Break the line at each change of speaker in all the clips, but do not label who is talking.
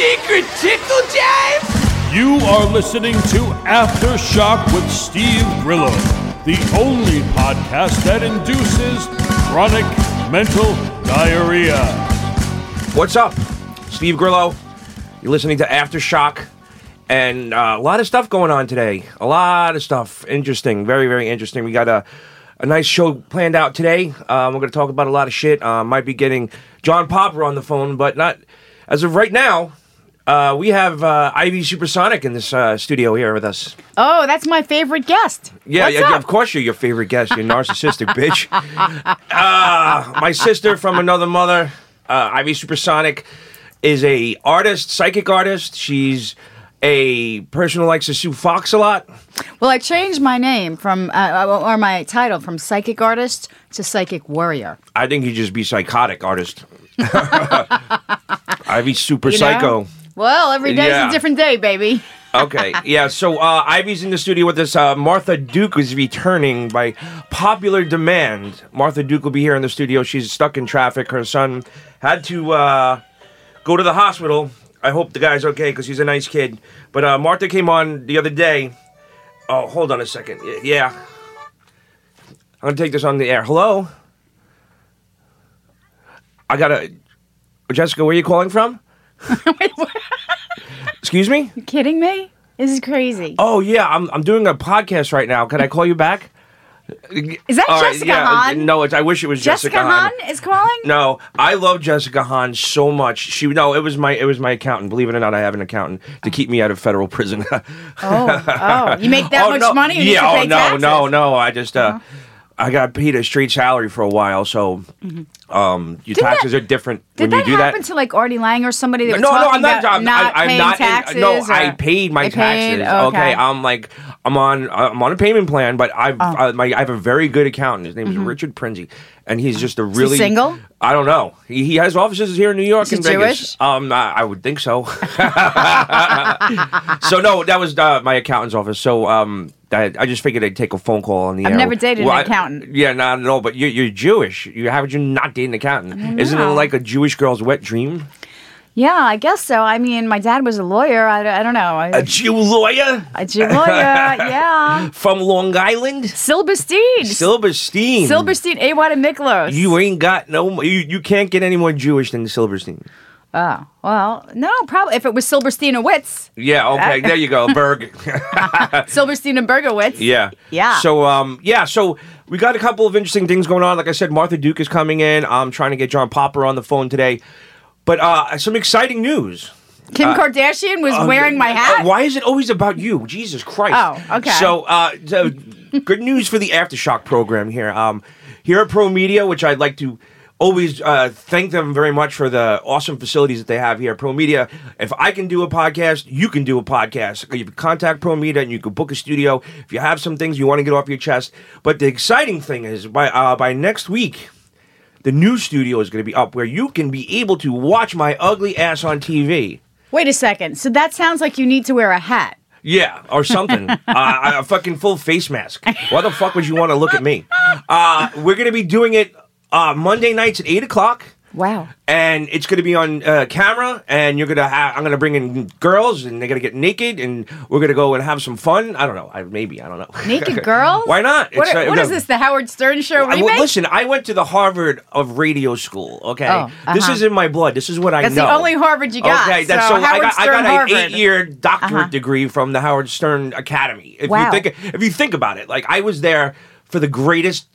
secret tickle jive?
You are listening to Aftershock with Steve Grillo, the only podcast that induces chronic mental diarrhea.
What's up? Steve Grillo. You're listening to Aftershock. And uh, a lot of stuff going on today. A lot of stuff. Interesting. Very, very interesting. We got a, a nice show planned out today. Uh, we're going to talk about a lot of shit. Uh, might be getting John Popper on the phone, but not as of right now. Uh, we have uh, Ivy Supersonic in this uh, studio here with us.
Oh, that's my favorite guest.
Yeah,
What's
yeah, yeah,
up?
of course you're your favorite guest, you narcissistic bitch. Ah, my sister from another mother, uh, Ivy Supersonic, is a artist, psychic artist. She's a person who likes to sue Fox a lot.
Well, I changed my name from, uh, or my title from psychic artist to psychic warrior.
I think you just be psychotic artist. Ivy Super
you know?
Psycho.
Well, every day's
Yeah.
a different day, baby.
Okay, yeah. So uh, Ivy's in the studio with us. Uh, Martha Duke is returning by popular demand. Martha Duke will be here in the studio. She's stuck in traffic. Her son had to uh, go to the hospital. I hope the guy's okay because he's a nice kid. But uh, Martha came on the other day. Oh, hold on a second. Y- yeah, I'm gonna take this on the air. Hello. I gotta. Jessica, where are you calling from? Excuse me.
You kidding me? This is crazy.
Oh yeah, I'm I'm doing a podcast right now. Can I call you back?
Is that
All right,
Jessica
yeah,
Hahn?
No, it's, I wish it was Jessica,
Jessica Hahn
Hahn.
is calling?
No, I love Jessica Hahn so much. She no, it was my it was my accountant. Believe it or not, I have an accountant to keep me out of federal prison.
Oh, oh. You make that
oh,
much
no.
money? You need
yeah.
to
oh
pay
no,
taxes. Uh-huh.
no, no. I just uh, I got paid a straight salary for a while, so um, your
Mm-hmm. Didn't
taxes
that-
are different when
Did
you
that
do that.
happen to like Artie Lang or somebody that was
no, no,
talking
I'm not.
about
I'm,
not
I'm
paying
not.
taxes?
in, uh, no,
or-
I paid my
They
taxes.
paid?
okay. I'm like, I'm on. I'm on a payment plan, but I've
Oh.
uh, my I have a very good accountant. His name is Richard Prinzi, and he's just a really
Mm-hmm. single?
I don't know. He, he has offices here in New York
Is he
and Vegas.
Jewish?
Um, I, I would think so. so no, that was uh, my accountant's office. So um. I, I just figured I'd take a phone call on the
I've
air.
never dated an
I-
accountant.
yeah, not at all. But you're, you're Jewish. You how would you not date an accountant? Isn't it
know.
like a Jewish girl's wet dream?
yeah, I guess so. I mean, my dad was a lawyer. I, I don't know. I,
A Jew lawyer.
a Jew lawyer. Yeah.
from Long Island?
Silberstein.
Silverstein.
Silberstein, Awad, and Miklos.
You ain't got no. You, you can't get any more Jewish than Silverstein.
Oh, well, no, probably. If it was Silberstein and Witz,
Yeah. Okay. there you go. Berg.
Silberstein and Bergowitz.
Uh, yeah.
Yeah.
So um yeah so we got a couple of interesting things going on. Like I said, Martha Duke is coming in. I'm trying to get John Popper on the phone today, but uh some exciting news.
Kim Kardashian was wearing my hat.
Uh, why is it always about you? Jesus Christ.
Oh, okay.
So, uh, so good news for the Aftershock program here. Um, here at Pro Media, which I'd like to always uh, thank them very much for the awesome facilities that they have here at Pro Media. If I can do a podcast, you can do a podcast. You can contact Pro Media and you can book a studio if you have some things you want to get off your chest. But the exciting thing is by uh, by next week, the new studio is going to be up where you can be able to watch my ugly ass on TV.
Wait a second. So that sounds like you need to wear a hat.
Yeah, or something. uh, I- a fucking full face mask. Why the fuck would you want to look at me? Uh, we're gonna be doing it uh, Monday nights at eight o'clock,
Wow.
and it's gonna be on uh, camera. And you're gonna, ha- I'm gonna bring in girls, and they're gonna get naked, and we're gonna go and have some fun. I don't know. I, maybe I don't know.
Naked girls?
Why not?
What,
It's, uh,
what
no.
is this, the Howard Stern show
I-
remake?
well, listen, I went to the Harvard of radio school. Okay,
Oh,
this
uh-huh.
is in my blood. This is what I
That's
know.
the only Harvard you got.
Okay, that's so, I
Howard
got, I
Stern
got
Harvard. Uh-huh.
an eight-year doctorate degree from the Howard Stern Academy. If you
Wow.
think if you think about it, like I was there for the greatest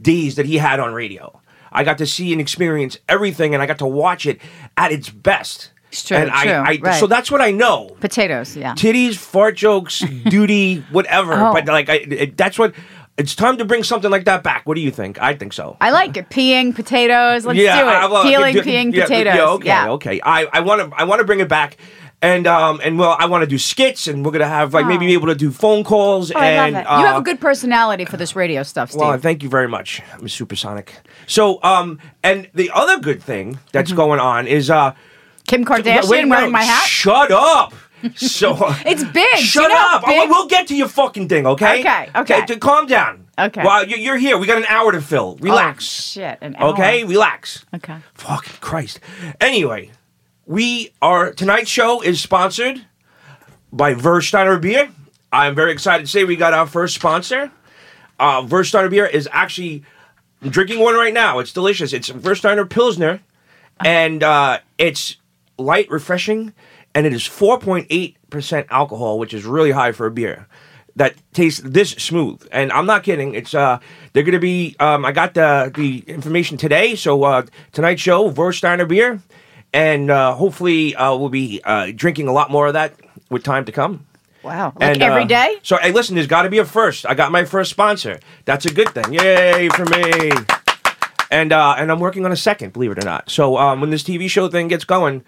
days that he had on radio. I got to see and experience everything, and I got to watch it at its best.
It's true,
And
true,
I, I,
right.
So that's what I know
Potatoes, yeah.
titties, fart jokes, duty, whatever.
Oh.
But like, I, it, that's what. It's time to bring something like that back. What do you think? I think so.
I like it. Peeing potatoes. Let's do it.
I- well, I could
Peeling,
do-
peeing
yeah,
potatoes.
Yeah, okay, okay. I I want to I want to bring it back. And um and well, I want to do skits, and we're gonna have like maybe
Oh.
be able to do phone calls.
Oh, I love
and
it. you have
uh,
a good personality for this radio stuff, Steve.
well, thank you very much. I'm supersonic. So um and the other good thing that's going on is uh
Kim
yeah,
Mm-hmm. Kardashian
wait, no,
wearing my hat.
Shut up. So
It's big. Do you
Shut
know how
up. I-
big-
we'll get to your fucking thing, okay?
Okay, okay.
t- calm down.
Okay. Oh,
Well, you- you're here. We got an hour to fill. Relax.
shit, an
Okay,
hour.
relax.
Okay.
Fucking Christ. Anyway, We are tonight's show is sponsored by Versteiner Beer. I'm very excited to say we got our first sponsor. Uh, Versteiner Beer is actually I'm drinking one right now. It's delicious. It's Versteiner Pilsner, and uh, it's light, refreshing, and it is 4.8 percent alcohol, which is really high for a beer that tastes this smooth. And I'm not kidding. It's uh, they're gonna be. Um, I got the the information today. So uh, tonight's show, Versteiner Beer, and uh, hopefully uh, we'll be uh, drinking a lot more of that with time to come.
Wow. Like
And,
every
uh,
day?
So hey, listen, there's got to be a first. I got my first sponsor. That's a good thing. Yay for me. And uh, and I'm working on a second, believe it or not. So um, when this TV show thing gets going,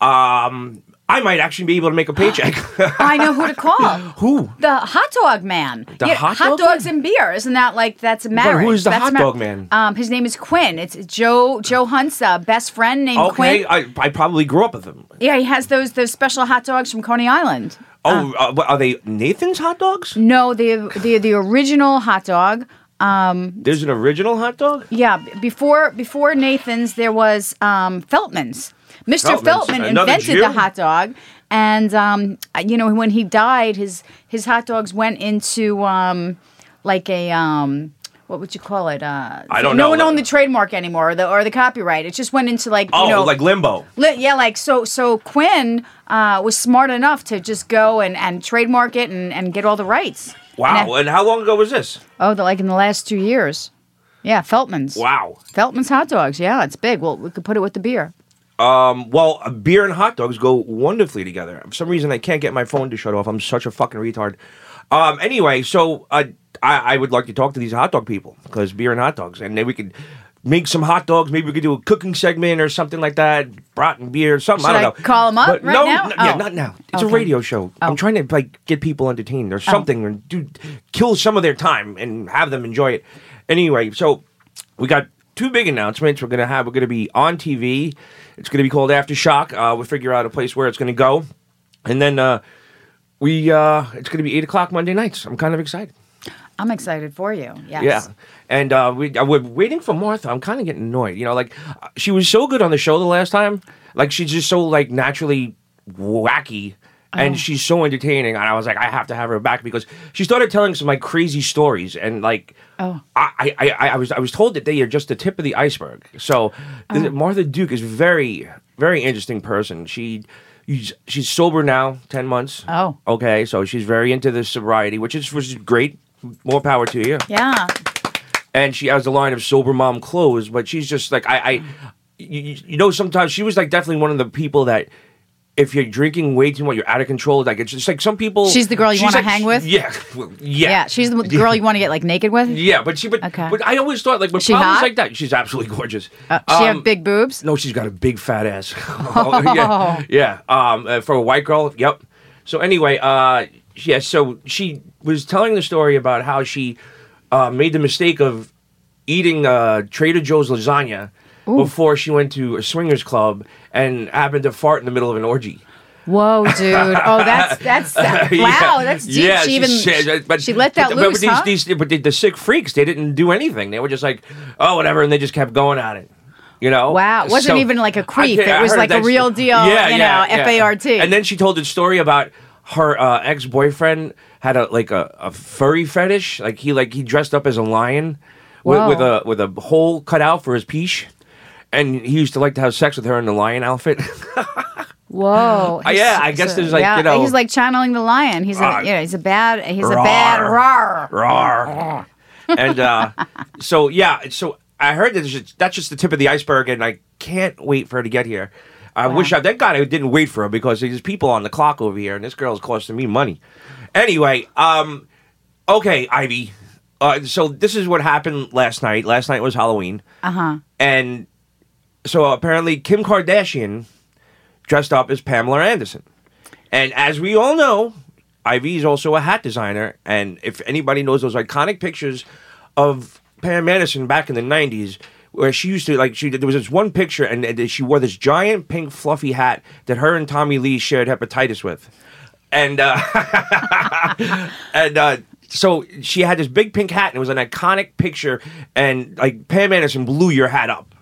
um, I might actually be able to make a paycheck.
I know who to call.
Who?
The hot dog man.
The hot dog
dogs
man?
and beer. Isn't that like that's a marriage?
who is the
That's
hot
mar-
dog man?
Um, his name is Quinn. It's Joe Joe Hunt's uh, best friend named
Okay,
Quinn. Ah.
I, I probably grew up with them.
yeah, he has those those special hot dogs from Coney Island.
Oh, uh, what, are they Nathan's hot dogs?
No, the the the original hot dog.
There's an original hot dog.
Yeah, b- before before Nathan's, there was um, Feltman's. Mr.
Feltman's,
Feltman
another
invented
Jew?
the hot dog, and um, uh, you know when he died, his his hot dogs went into um, like a um, what would you call it? Uh,
I don't
no
know.
one owned the trademark anymore, or the or the copyright. It just went into like
Oh,
you know,
like limbo.
Li- yeah, like so. So Quinn uh, was smart enough to just go and, and trademark it and, and get all the rights.
Wow.
And I-
and how long ago was this?
oh, the, like in the last two years. Yeah, Feltman's.
Wow.
Feltman's hot dogs. Yeah, it's big. Well, we could put it with the beer.
Well, uh, beer and hot dogs go wonderfully together. For some reason, I can't get my phone to shut off. I'm such a fucking retard. Um, anyway, so uh, I, I would like to talk to these hot dog people because beer and hot dogs, and then we could make some hot dogs. Maybe we could do a cooking segment or something like that. Brat and beer, something. I
Should
don't
I
know.
call 'em up
But
right
no,
now?
no- yeah,
Oh.
not now. It's a
Okay.
radio show. I'm
Oh.
trying to like get people entertained or something, or do kill some of their time and have them enjoy it. Anyway, so we got two big announcements. We're gonna have. We're gonna be on TV. It's gonna be called AfterShock. Uh, we'll figure out a place where it's gonna go, and then uh, we. Uh, it's gonna be eight o'clock Monday nights. I'm kind of excited.
I'm excited for you. Yes.
Yeah. And uh, we, uh, we're waiting for Martha. I'm kind of getting annoyed. You know, like uh, she was so good on the show the last time. Like she's just so like naturally wacky,
Uh-huh.
and she's so entertaining. And I was like, I have to have her back because she started telling some like crazy stories, and like
Oh.
I, I, I, I was I was told that they are just the tip of the iceberg. So
Uh-huh.
th- Martha Duke is very very interesting person. She. She's she's sober now, ten months.
Oh.
okay. So she's very into this sobriety, which is which is great. More power to you
Yeah.
and she has a line of sober mom clothes, but she's just like I, I you, you- you know, sometimes she was like definitely one of the people that if you're drinking way too much, you're out of control. Like it's just like some people.
She's the girl you
she's
wanna
like-
hang with?
Yeah, well, yeah,
Yeah. She's the girl you want to get like naked with.
Yeah, but she, but,
Okay.
but I always thought like with
She
problems
hot?
like that, she's absolutely gorgeous.
Uh,
Um,
she have big boobs.
no, she's got a big fat ass. Oh, yeah, yeah. Um, uh, for a white girl, yep. So anyway, uh, yeah. So she was telling the story about how she uh, made the mistake of eating uh, Trader Joe's lasagna before she went to a swingers club and happened to fart in the middle of an orgy.
Whoa, dude. Oh, that's that's wow. That's deep.
Yeah,
she even
said-
she let
but,
that loose,
But,
huh?
these, these, but the, the sick freaks, they didn't do anything. They were just like, oh, whatever, and they just kept going at it. You know?
Wow, it wasn't
So-
even like a
I
creep.
can't-
It
I
was
heard
like a
that
real
sto-
deal, you know, F.A.R.T..
And then she told the story about her uh, ex boyfriend had a like a, a furry fetish. Like he like he dressed up as a lion with,
Whoa.
with a with a hole cut out for his peach. And he used to like to have sex with her in the lion outfit.
Whoa.
Uh, yeah, I guess there's, like,
yeah,
you know-
he's like channeling the lion. He's
Ah.
a you know, he's a bad he's a bad
Rawr.
roar.
Rawr. and uh, so yeah, so I heard that it's just- that's just the tip of the iceberg, and I can't wait for her to get here. I wish I thank God I didn't wait for her because there's people on the clock over here, and this girl's costing me money. Anyway, um, okay, Ivy. Uh, so this is what happened last night. Last night was Halloween. Uh huh. And so apparently Kim Kardashian dressed up as Pamela Anderson. And as we all know, Ivy is also a hat designer. And if anybody knows those iconic pictures of Pam Anderson back in the 90s, where she used to, like, she there was this one picture and, and she wore this giant pink fluffy hat that her and Tommy Lee shared hepatitis with. And, uh, and uh, so she had this big pink hat, and it was an iconic picture. And like Pam Anderson blew your hat up.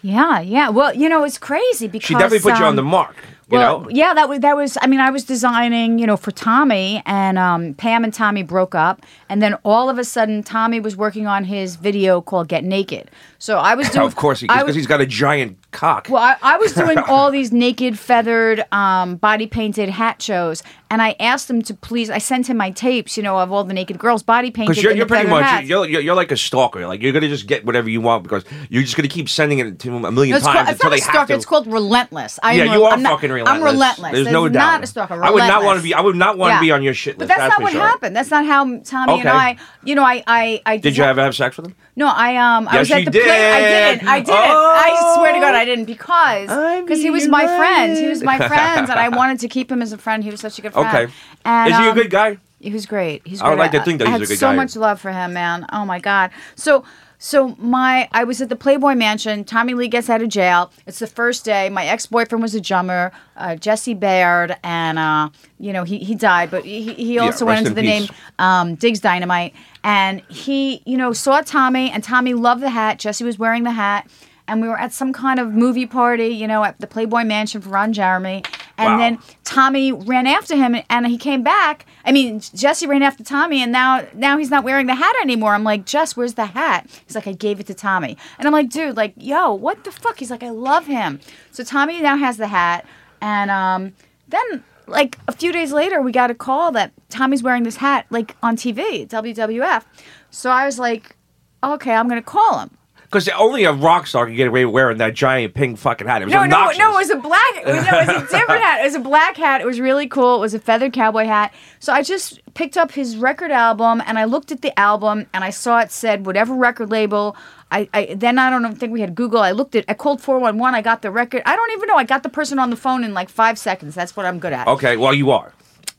Yeah, yeah. Well, you know, it's crazy because
She definitely put you on
um,
the mark. You
well,
know.
yeah, that was that was. I mean, I was designing, you know, for Tommy, and um, Pam and Tommy broke up, and then all of a sudden, Tommy was working on his video called "Get Naked." So I was doing.
of course,
I
because
was-
he's got a giant cock.
well, I, I was doing all these naked, feathered, um, body painted hat shows, and I asked him to please. I sent him my tapes, you know, of all the naked girls body painted.
Because you're,
in
you're
the
pretty
feathered
much
hats.
you're, you're, you're like a stalker. Like you're gonna just get whatever you want because you're just gonna keep sending it to him a million
No, it's,
times
called, it's
until
not
they
a
have
stalker.
to.
It's called relentless. I
yeah,
am,
you
rel-
are
I'm not-
fucking relentless.
I'm relentless.
There's
There's
no doubt.
Not a stalker.
I would not want to
relentless.
be. I would not want
Yeah.
to be on your shit list,
But that's, not
for
what
sure.
happened. That's not how Tommy and
Okay.
I. You know, I, I, I
Did you ever have sex with him?
No, I um, I
Yes,
was at
you
the play. I didn't. I
did.
didn't. I swear to God,
Oh.
I didn't because
I
because he was
mean,
my
you're
friend. He
right.
was my friend, and I wanted to keep him as a friend. He was such a good friend.
Okay.
And,
Is he a
um,
good guy?
He was great. He's.
I would
great.
like to think that
I
he's
had
a good
so
guy.
much love for him, man. Oh my God. So. So my, I was at the Playboy Mansion. Tommy Lee gets out of jail. It's the first day. My ex-boyfriend was a drummer, uh, Jesse Baird, and uh, you know he, he died, but he, he also went
rest
into
in
the
peace.
name um, Diggs Dynamite, and he, you know, saw Tommy, and Tommy loved the hat. Jesse was wearing the hat, and we were at some kind of movie party, you know, at the Playboy Mansion for Ron Jeremy, and
Wow.
then Tommy ran after him, and he came back. I mean, Jesse ran after Tommy, and now now he's not wearing the hat anymore. I'm like, Jess, where's the hat? He's like, I gave it to Tommy, and I'm like, dude, like, yo, what the fuck? He's like, I love him. So Tommy now has the hat, and um, then like a few days later we got a call that tommy's wearing this hat like on tv wwf so i was like okay i'm gonna call him
Because only a rock star can get away with wearing that giant pink fucking hat. It was
no no
obnoxious.
no it was a black no, it was a different hat it was a black hat it was really cool it was a feathered cowboy hat so i just picked up his record album and i looked at the album and i saw it said whatever record label I, I then I don't know, think we had Google. I looked at I called four one one. I got the record. I don't even know. I got the person on the phone in like five seconds. That's what I'm good at.
Okay, well you are.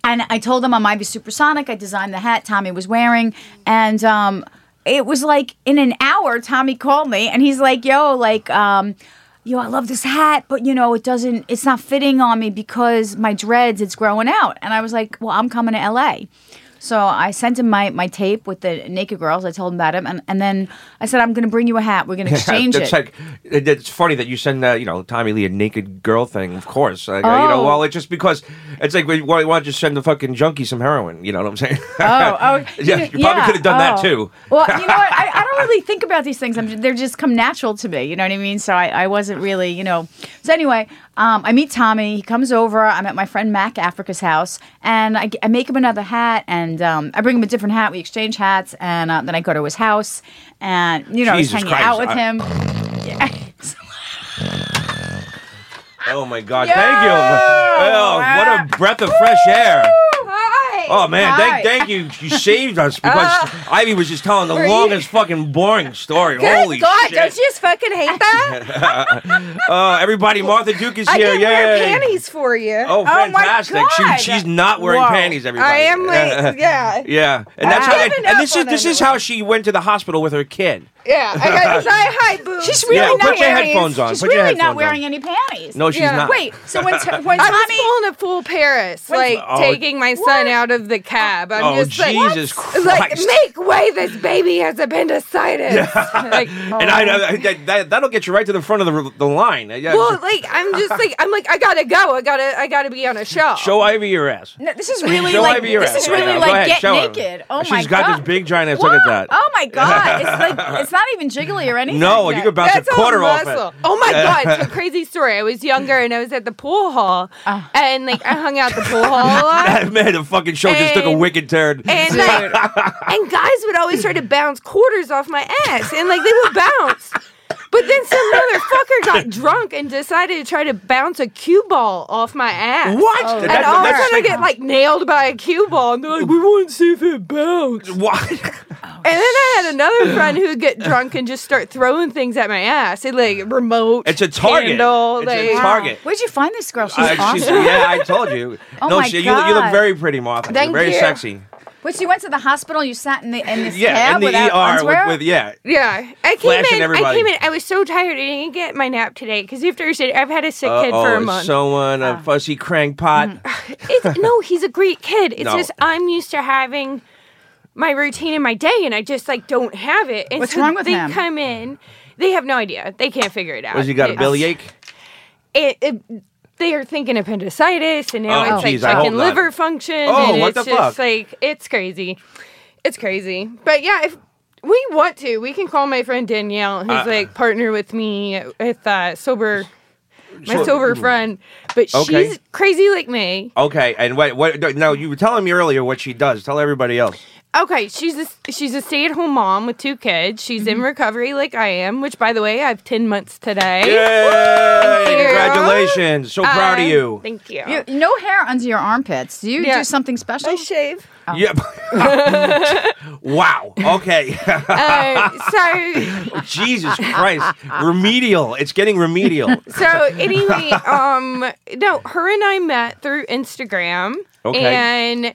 and I told them I'm Ivy Supersonic. I designed the hat Tommy was wearing, and um, it was like in an hour, Tommy called me, and he's like, "Yo, like." Um, Yo, I love this hat, but you know, it doesn't, it's not fitting on me because my dreads, it's growing out. And I was like, well, I'm coming to LA. So I sent him my, my tape with the naked girls. I told him about him. And, and then I said, I'm going to bring you a hat. We're going to exchange
it's
it.
like it- it's funny that you send uh, you know Tommy Lee a naked girl thing. Of course, like, uh, you know.
Oh.
Well, it's just because it's like why, why don't you send the fucking junkie some heroin? You know what I'm saying?
Oh, oh,
yeah. You
know-
probably could have done that
oh.
too.
Well, you know what? I, I don't really think about these things. I'm, ju- they're just come natural to me. You know what I mean? So I, I wasn't really, you know. So anyway, um, I meet Tommy. He comes over. I'm at my friend Mac Africa's house, and I, g- I make him another hat, and um, I bring him a different hat. We exchange hats, and uh, then I go to his house, and you know, I was
Jesus
hanging
Christ,
out with
I-
him.
Oh my God!
Yeah.
Thank you. Well, what a breath of fresh air.
Hi.
Oh man,
Hi.
thank, thank you. You saved us because Ivy was just telling the
Uh. Were you-
longest fucking boring story.
Good
Holy
God,
shit!
don't you just fucking hate that?
Uh, everybody, Martha Duke is
I
here.
can wear
Yay.
panties for you.
Oh,
my
fantastic!
God.
She, she's not wearing
Whoa.
panties. Everybody,
I am like, yeah.
Yeah, and that's
I've
how.
given
and
up
this
on
is this is
everyone.
how she went to the hospital with her kid.
Yeah, I got high, high boobs.
She's really
yeah,
not
put your
wearing-
headphones on.
She's
put your
really
headphones
not wearing
on.
any panties.
No, she's
Yeah.
not.
Wait. So when t- when
I was
Tommy
pulling a full Paris, like
Oh.
taking my son out of the cab. I'm
Oh
just like,
Jesus Christ!
like, make way, this baby has appendicitis. like, oh.
and
Oh.
I, I that, that that'll get you right to the front of the the line. Yeah.
well, like, I'm just like, I'm like, I gotta go. I gotta, I gotta be on a show.
show Ivy your ass.
No, this is really
Show
like
Ivy your
this
ass
is
right
really
now. Go
like
ahead,
get
show her.
naked. Oh
She's
my
got
god.
this big giant ass. Look at that.
Oh my god. It's like it's not even jiggly or anything.
No, you could bounce
That's
a
all
quarter off
muscle.
it.
Oh my god, it's a crazy story. I was younger and I was at the pool hall, and like I hung out at the pool hall a lot.
That man, the fucking show just took a
And-
wicked turn.
And like, and guys would always try to bounce quarters off my ass, and like they would bounce. But then some motherfucker got drunk and decided to try to bounce a cue ball off my ass.
what?
Oh,
And
That-
all of a
that's
sudden I
like-
get like nailed by a cue ball, and they're like, "We want to see if it bounced."
what?
And then I had another friend who would get drunk and just start throwing things at my ass. It like remote.
It's a target.
Candle,
It's
like,
a target.
Where'd you find this girl? She's
Uh, she's-
awesome.
yeah, I told you.
Oh
no,
my
she, You, you look
God.
very pretty, Martha.
Thank
You're very
you.
sexy.
Which you went to the hospital. You sat in the in this
Yeah,
cab
in the
without
ER
underwear.
with, with yeah.
Yeah, I came
Flashing
in. I
everybody.
came in. I was so tired. I didn't get my nap today because after I said I've had a sick kid for a
Uh-oh,
month. Ah. Mm.
is Oh, someone a fussy crank pot.
It's, no, he's a great kid. It's
No.
just I'm used to having my routine in my day, and I just like don't have it. And
What's
so
wrong with
they
him?
come in, they have no idea. They can't figure it out.
Was he got a
It's-
bellyache?
it, it- they are thinking appendicitis, and now
Oh,
it's like
geez, I hope
fucking
not.
liver function.
Oh,
and
what
it's
the
just
fuck?
like it's crazy, it's crazy. But yeah, if we want to, we can call my friend Danielle, who's
Uh,
like partner with me with uh, sober, my
Sure.
sober friend. But
Okay.
she's crazy like me.
Okay, and what? What? No, you were telling me earlier what she does. Tell everybody else.
Okay, she's a, she's a stay at home mom with two kids. She's
Mm-hmm.
in recovery like I am, which by the way, I have ten months today.
Yay!
you.
Congratulations! So proud
Uh,
of you.
Thank you.
You, no hair under your armpits. Do you
Yeah.
do something special?
I shave.
Yep. wow. Okay.
Uh, so
Jesus Christ. Remedial. It's getting remedial.
So anyway, um, no, her and I met through Instagram,
Okay.
and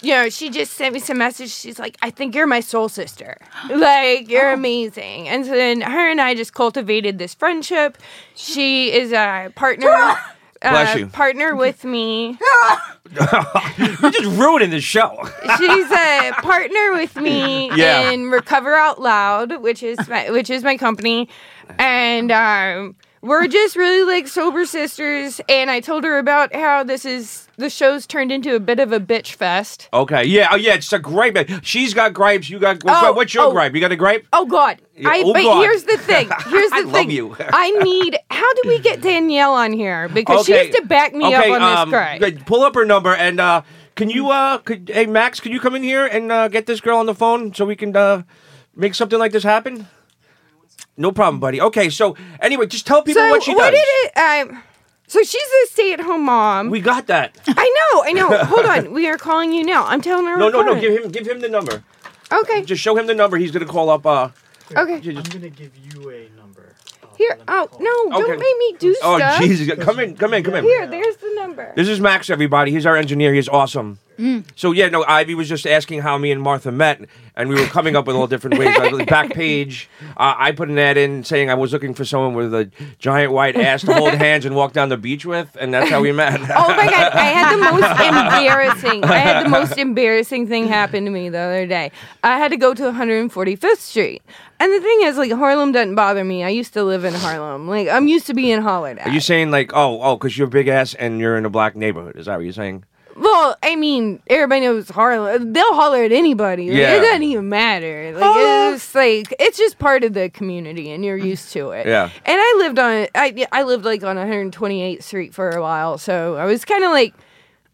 you know, she just sent me some message. She's like, "I think you're my soul sister. Like, you're amazing." And so then her and I just cultivated this friendship. She is a partner. uh,
Bless you.
Partner with me.
You're just ruining the show.
She's a partner with me
Yeah.
in Recover Out Loud, which is my, which is my company, and um, we're just really like sober sisters. And I told her about how this is the show's turned into a bit of a bitch fest.
Okay. Yeah. Oh, yeah. It's a gripe. She's got gripes. You got. What's,
Oh,
what's your
oh.
gripe? You got a gripe?
Oh God!
Yeah,
I,
oh,
but
God.
here's the thing. Here's the
I
thing.
love you.
I need. How do we get Danielle on here? Because she has to back me
okay,
up on
um,
this gripe.
good. Pull up her number and uh, can you uh, could hey Max, could you come in here and uh, get this girl on the phone so we can uh, make something like this happen? No problem, buddy. Okay, so anyway, just tell people
So
what she does.
did it? Um, so she's a stay-at-home mom.
we got that.
I know, I know. Hold on, we are calling you now. I'm telling her.
No,
we're
no, no.
calling.
Give him, give him the number.
Okay,
Just show him the number. He's gonna call up. Uh,
okay.
just-
I'm gonna give you a number. Uh,
Here.
let me
Oh
call.
no!
Okay.
Don't make me do
oh
stuff.
Jesus! Come in, come in, come in.
Here, there's the number.
This is Max, everybody. He's our engineer. He's awesome.
Mm.
So yeah, no, Ivy was just asking how me and Martha met, and we were coming up with all different ways. Like the back page, uh, I put an ad in saying I was looking for someone with a giant white ass to hold hands and walk down the beach with, and that's how we met.
Oh my god! I had the most embarrassing. I had the most embarrassing thing happen to me the other day. I had to go to 145th Street, and the thing is, like Harlem doesn't bother me. I used to live in Harlem. Like I'm used to being hollered at.
Are you saying like, oh, oh, because you're a big ass and you're in a black neighborhood? Is that what you're saying?
Well, I mean, everybody knows Harlem. They'll holler at anybody. Like,
Yeah.
It doesn't even matter. Like it's just, like it's just part of the community, and you're used to it.
Yeah.
And I lived on I I lived like on 128th Street for a while, so I was kind of like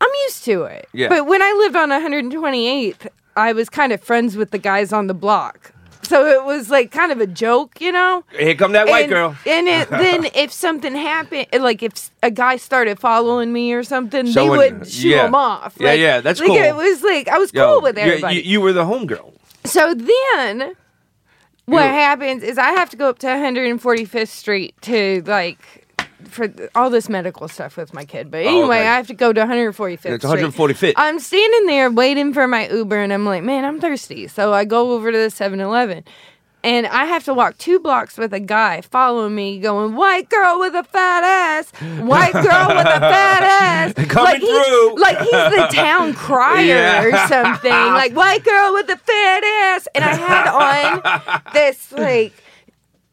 I'm used to it.
Yeah.
But when I lived on 128th, I was kind of friends with the guys on the block. So it was like kind of a joke, you know?
Here come that white
and,
girl.
And it, then if something happened, like if s- a guy started following me or something,
Someone-
they would shoo
yeah.
him off.
Yeah,
Like-
yeah, that's
like
cool.
It was like I was
Yo,
cool with
you- you-
everybody.
You, were the homegirl.
so then, what
You-
happens is I have to go up to 145th Street to like. For th- all this medical stuff with my kid, but anyway,
Oh, okay.
I have to go to 145th.
It's
Street.
145th.
I'm standing there waiting for my Uber, and I'm like, man, I'm thirsty. So I go over to the 7 Eleven, and I have to walk two blocks with a guy following me, going, white girl with a fat ass, white girl with a fat ass.
Coming
like he's-
through.
Like he's the town crier
Yeah.
or something. Like, white girl with a fat ass. And I had on this, like,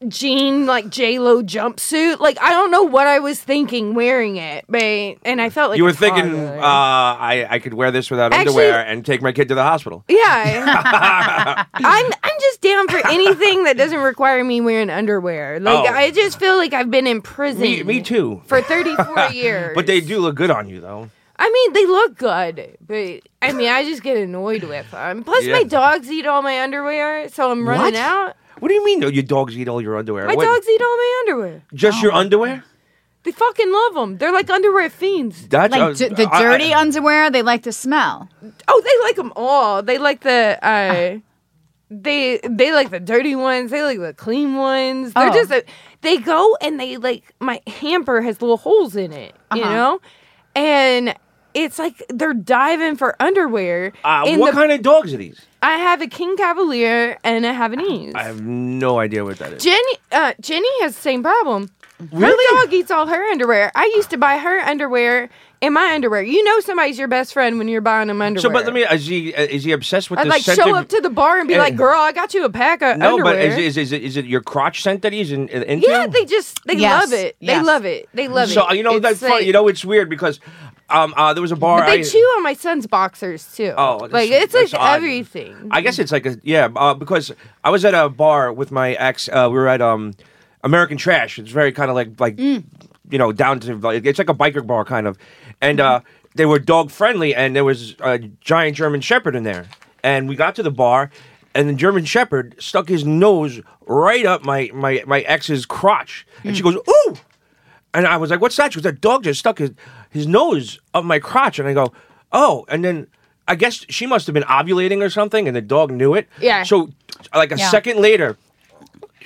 jean like J Lo jumpsuit. Like I don't know what I was thinking wearing it, but and I felt like
You
a
were thinking
toddler.
uh, I I could wear this without
Actually-
underwear and take my kid to the hospital.
Yeah. I'm I'm just down for anything that doesn't require me wearing underwear. Like
Oh.
I just feel like I've been in prison.
Me, me too.
For 34 years.
But they do look good on you though.
I mean, they look good, but I mean, I just get annoyed with them. Plus,
Yeah.
my dogs eat all my underwear, so I'm running
What?
out.
What do you mean? though? Your dogs eat all your underwear.
My
What,
dogs eat all my underwear.
just your underwear?
They fucking love them. They're like underwear fiends.
That's
Like
uh,
d- the
I- I-
dirty underwear, they like the smell.
Oh, they like them all. They like the uh, they they like the dirty ones. They like the clean ones. They're
Oh.
just a, they go and they like my hamper has little holes in it, you know, and it's like they're diving for underwear.
Uh,
and
what
the-
kind of dogs are these?
I have a King Cavalier and a Havanese.
I have no idea what that is.
Jenny, uh, Jenny has the same problem.
Really?
Her dog eats all her underwear. I used to buy her underwear and my underwear. You know somebody's your best friend when you're buying them underwear.
So, but let me. Is he uh, is he obsessed with
I'd
the
like
scent
show
of-
up to the bar and be
Eh.
like, "Girl, I got you a pack of
No,
underwear."
but is, is, is, it- is it your crotch scent that he's in, into?
yeah, they just they
Yes,
love it.
yes.
They love it. They love it.
So you know
It's
that's funny.
like-
You know it's weird because um uh, there was a bar.
But they
I,
chew on my son's boxers too.
Oh, that's-
like it's
that's
like
odd.
everything.
I guess it's like a yeah uh, because I was at a bar with my ex. Uh, we were at um American Trash. It's very kind of like like you know down to like it's like a biker bar kind of, and uh, they were dog friendly and there was a giant German Shepherd in there, and we got to the bar. And the German Shepherd stuck his nose right up my my, my ex's crotch, and she goes, "Ooh!" And I was like, "What's that?" She goes, "That dog just stuck his, his nose up my crotch." And I go, "Oh!" And then I guess she must have been ovulating or something, and the dog knew it.
Yeah.
So, like a
Yeah.
second later,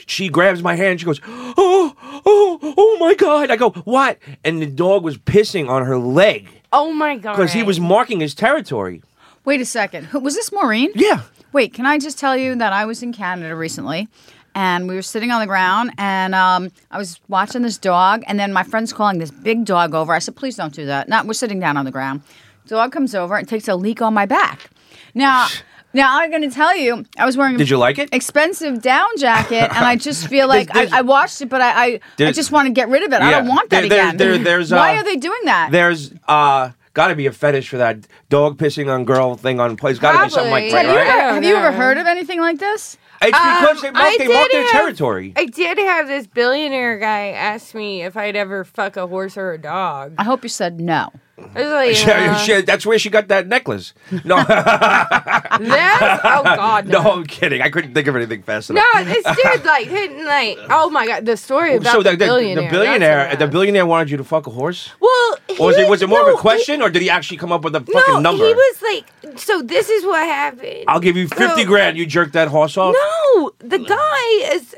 she grabs my hand. She goes, "Oh, oh, oh my God!" I go, "What?" And the dog was pissing on her leg
oh my god!
because he was marking his territory.
Wait a second. Who, was this Maureen?
Yeah.
Wait, can I just tell you that I was in Canada recently and we were sitting on the ground and um, I was watching this dog and then my friend's calling this big dog over. I said, please don't do that. Not we're sitting down on the ground. Dog comes over and takes a leak on my back. Now now I'm gonna tell you, I was wearing a
Did you like it?
expensive down jacket and I just feel like
There's-
I, I watched it but I I, I
There's-
just want to get rid of it. I
Yeah.
don't want that
There- there-
again.
there- there's,
Why
uh,
are they doing that?
There's uh, got to be a fetish for that dog pissing on girl thing on place. Got to be something like
Probably.
that, right?
have you,
I
ever,
don't
have you ever
know.
heard of anything like this?
It's
Um,
because they mark,
I
they mark
did
their
have-
territory.
I did have this billionaire guy ask me if I'd ever fuck a horse or a dog.
I hope you said no.
I was like,
Yeah,
uh,
she- that's where she got that necklace. No,
that's- oh god,
no,
no.
I'm kidding. I couldn't think of anything fast
No,
enough.
this dude like didn't like. Oh my god, the story about
so the,
the,
the- the
billionaire.
billionaire,
that's what
the
happened.
billionaire wanted you to fuck a horse.
Well, he,
Or was it was it more
no,
of a question, or did he actually come up with a
He,
fucking
no,
number?
he was like. So this is what happened.
I'll give you fifty
So-
grand. You jerk that horse off.
No, the guy is.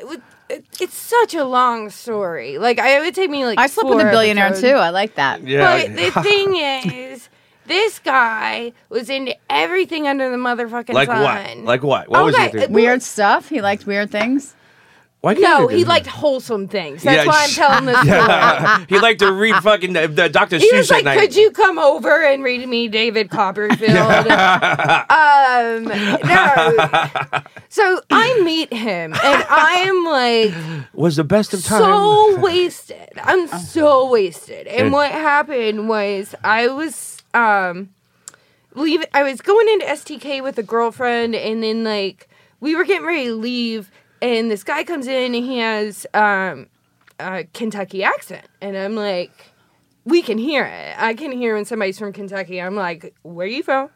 It's such a long story. Like I it would take me like.
I slept with
four
a billionaire
episodes.
too. I like that.
Yeah.
But the thing is, this guy was into everything under the motherfucking
like what?
sun.
Like what? What was he?
Okay,
doing?
Weird stuff. He liked weird things.
Why can't
uh, No,
you do
he
that?
liked wholesome things. That's
Yeah,
why I'm
sh-
telling this story.
he liked to read fucking the, the Dr.
He
Seuss
was
at
like,
night.
"Could you come over and read me David Copperfield?" um, no. So I meet him, and I'm like,
was the best of times.
so wasted. I'm so wasted. And what happened was I was um leave I was going into STK with a girlfriend and then like we were getting ready to leave and this guy comes in and he has um a Kentucky accent and I'm like we can hear it. I can hear when somebody's from Kentucky. I'm like, "Where you from?"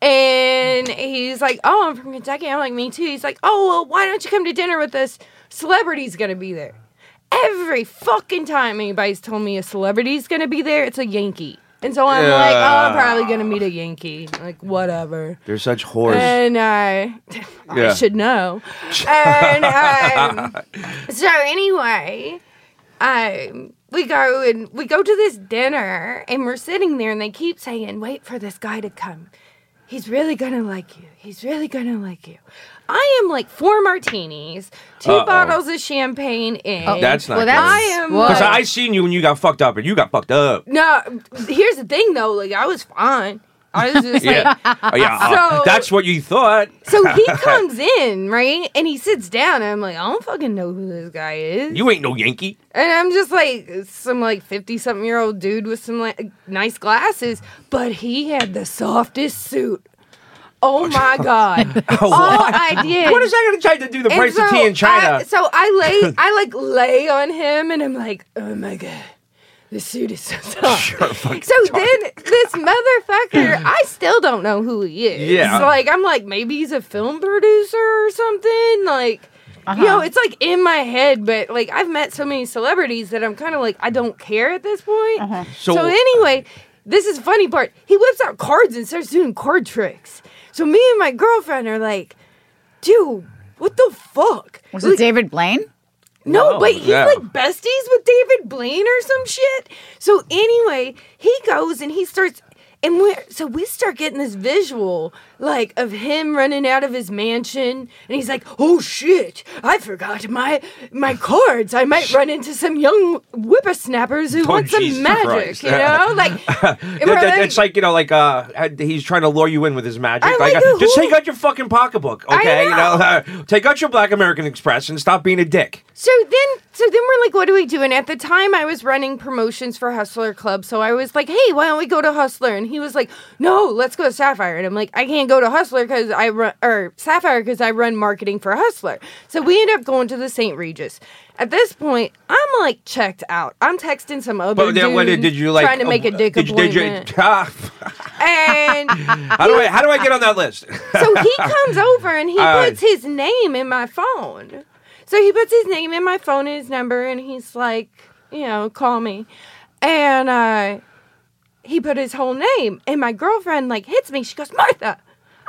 And he's like, Oh, I'm from Kentucky. I'm like, Me too. He's like, Oh, well, why don't you come to dinner with us? Celebrity's going to be there. Every fucking time anybody's told me a celebrity's going to be there, it's a Yankee. And so I'm like, Oh, I'm probably going to meet a Yankee. Like, whatever.
They're such whores.
And I,
Yeah.
I should know. and um, so anyway, um, we go and we go to this dinner, and we're sitting there, and they keep saying, "Wait for this guy to come. He's really gonna like you. He's really gonna like you." I am like four martinis, 2
Uh-oh. Oh.
bottles of champagne in.
That's not
well,
good.
that's
I am
what?
Because I seen you when you got fucked up, and you got fucked up.
no. Here's the thing, though. Like I was fine. I was just like,
Yeah. Oh, yeah. uh,
So-
that's what you thought.
So he comes in, right? And he sits down. And I'm like, I don't fucking know who this guy is.
You ain't no Yankee.
and I'm just like, some like 50 something year old dude with some like nice glasses, but he had the softest suit. Oh my God. All I did.
What is that going to try to do the
And
price of tea in China?
I, so I lay, I like lay on him, and I'm like, oh my god, this suit is so soft. so then this motherfucker, I still don't know who he is.
Yeah.
like I'm like maybe he's a film producer or something. Like, you know, it's like in my head, but like I've met so many celebrities that I'm kind of like I don't care at this point.
So-
So, anyway, this is the funny part. He whips out cards and starts doing card tricks. So me and my girlfriend are like, dude, what the fuck?
Was
Like,
it David Blaine?
no,
No,
but he's
yeah.
like besties with David Blaine or some shit. So anyway, he goes and he starts And we so we start getting this visual like of him running out of his mansion and he's like, "Oh shit, I forgot my my cards. I might run into some young whippersnappers who
Oh,
want some
Jesus
magic,
Christ.
you know? Like and we're
That- that- it's like you know, like uh, he's trying to lure you in with his magic.
I
Like,
like
uh,
who-
just take out your fucking pocketbook,
I
okay? You know,
know.
uh, take out your Black American Express and stop being a dick.
So then, so then we're like, what do we do? And at the time, I was running promotions for Hustler Club, so I was like, hey, why don't we go to Hustler? And he was like, no, let's go to Sapphire. And I'm like, I can't go to Hustler because I run or Sapphire because I run marketing for Hustler. So we end up going to the St. Regis. At this point, I'm like checked out. I'm texting some other
But then,
dude
what did did you like? uh,
trying to make a dick
did, you- did you-
appointment.
Ah,
and
how do I how do I get on that list?
so he comes over and he
All
puts his name in my phone. So he puts his name in my phone and his number, and he's like, you know, call me. And uh, he put his whole name, and my girlfriend like hits me. She goes, Martha,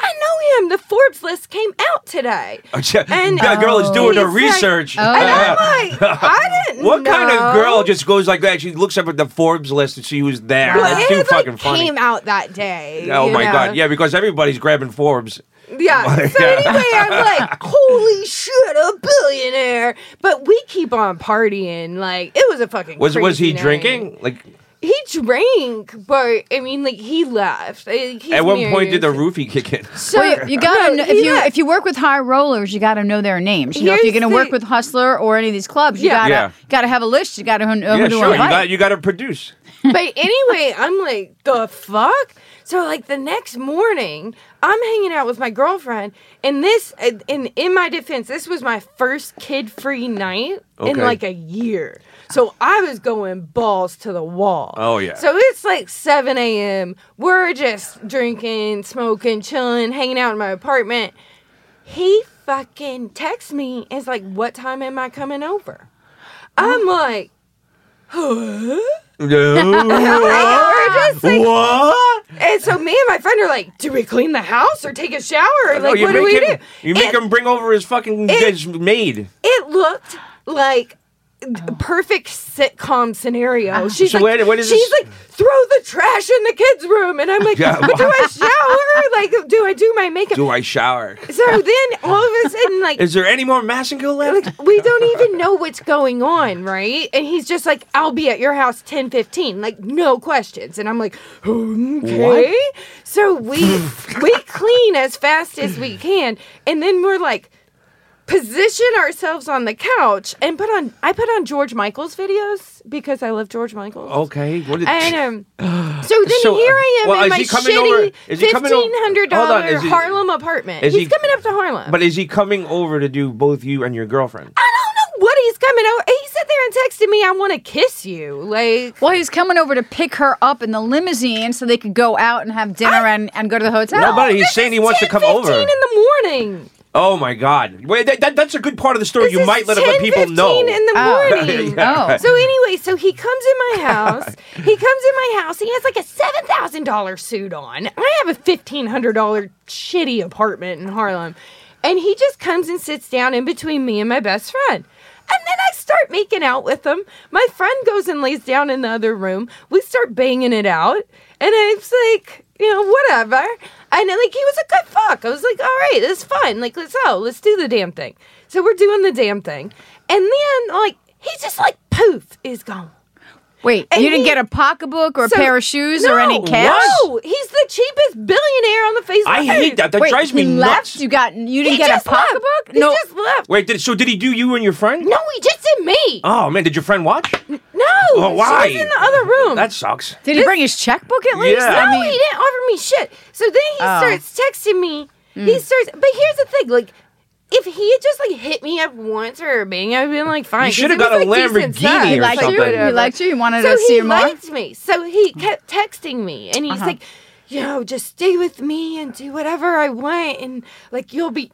I know him. The Forbes list came out today. And- um,
that girl is doing her
He's like- oh,
research.
And I'm like, I didn't.
What kind of
know."
girl just goes like that? She looks up at the Forbes list and she was there.
Well,
That's
it,
too
like,
fucking funny.
Came out that day.
oh
you
my
know?
god! Yeah, because everybody's grabbing Forbes. Oh
Yeah. So anyway, I'm like, holy shit, a billionaire. But we keep on partying. Like it was a fucking.
Was was
crazy
he
night.
drinking? Like
He drank, but I mean, like he left. Like, he's
at what point
married.
did the roofie kick in?
So
Well, you, you gotta
No,
know, if
he
you
left.
if you work with high rollers, you gotta know their names. You know, if you're
Here's
gonna
the-
work with Hustler or any of these clubs, you
Yeah.
gotta
Yeah.
gotta have a list. You gotta know who
yeah,
to
sure. You
invite.
got you got to produce.
but anyway, I'm like, the fuck? So like the next morning, I'm hanging out with my girlfriend, and this, and and in my defense, this was my first kid-free night in
Okay.
like a year. So I was going balls to the wall.
Oh, yeah.
So it's like 7 a.m. We're just drinking, smoking, chilling, hanging out in my apartment. He fucking texts me. and Is like, what time am I coming over? I'm like.
No.
"Oh, We're just like,
what?
And so me and my friend are like, do we clean the house or take a shower? Like,
No, you
what do
make
we
him-
do?
You make
it,
him bring over his fucking
it-
his maid.
It looked like the perfect sitcom scenario. She's
So
like,
wait, what is
she's
this-
like, throw the trash in the kids' room, and I'm like,
Yeah,
but do I shower? Like, do I do my makeup?
Do I shower?
so then all of a sudden, like,
Is there any more Massengill left?
like we don't even know what's going on right and he's just like i'll be at your house 10 15 like no questions and i'm like okay so we we clean as fast as we can and then we're like position ourselves on the couch and put on i put on george michael's videos because i love george michaels
Okay. What did,
and um, so then
So,
here I am
well,
in
is
my
he coming over-
shitty
is he coming over-
fifteen hundred
Hold on,
dollar
is he-
Harlem apartment.
is
He's
he-
coming up to Harlem.
but is he coming over to do both you and your girlfriend?
I don't know what he's coming over. He sat there and texted me, "I want to kiss you." Like,
Well, he's coming over to pick her up in the limousine so they could go out and have dinner and, and go to the hotel.
No, but he's
this
saying he
is
wants to come
10:15
over.
in the morning.
Oh my God! Wait, that, that, that's a good part of the story.
This
you
is
might let other people
10:15
know.
in the
Oh.
morning.
Yeah. Oh.
So anyway, so he comes in my house. he comes in my house. He has like a seven thousand dollar suit on. I have a fifteen hundred dollar shitty apartment in Harlem, and he just comes and sits down in between me and my best friend. And then I start making out with him. My friend goes and lays down in the other room. We start banging it out, and I'm like, you know, whatever. And like he was a good fuck. I was like, all right, it's fine. Like let's go, let's do the damn thing. So we're doing the damn thing, and then like he just like poof is gone.
Wait,
And
you didn't
he-
get a pocketbook or a
So-
pair of shoes or any
No,
cash?
No, he's the cheapest billionaire on the face. of
I
the
hate
earth.
that. That
Wait,
drives me
he
nuts.
left. You got you
He
didn't get
just
a pocketbook.
Left.
No,
he just left.
Wait, did, so did he do you and your friend?
No, he just did me.
Oh man, did your friend watch?
no,
Oh, why?
She was in the other room.
That sucks.
did he bring his checkbook at least?
Yeah.
I
No,
mean,
he didn't offer me shit. So then he
Oh. Hmm.
starts texting me. He starts, but here's the thing, like. If he had just like hit me up once or bang, I'd been like fine. 'cause
should've
it was,
got a
like, decent
Lamborghini
size.
or
he liked you.
something.
He liked you. He wanted
so
to see Mm.
he
you more.
liked me. So he kept texting me, and he's
Uh-huh.
like, you know, just stay with me and do whatever I want, and like you'll be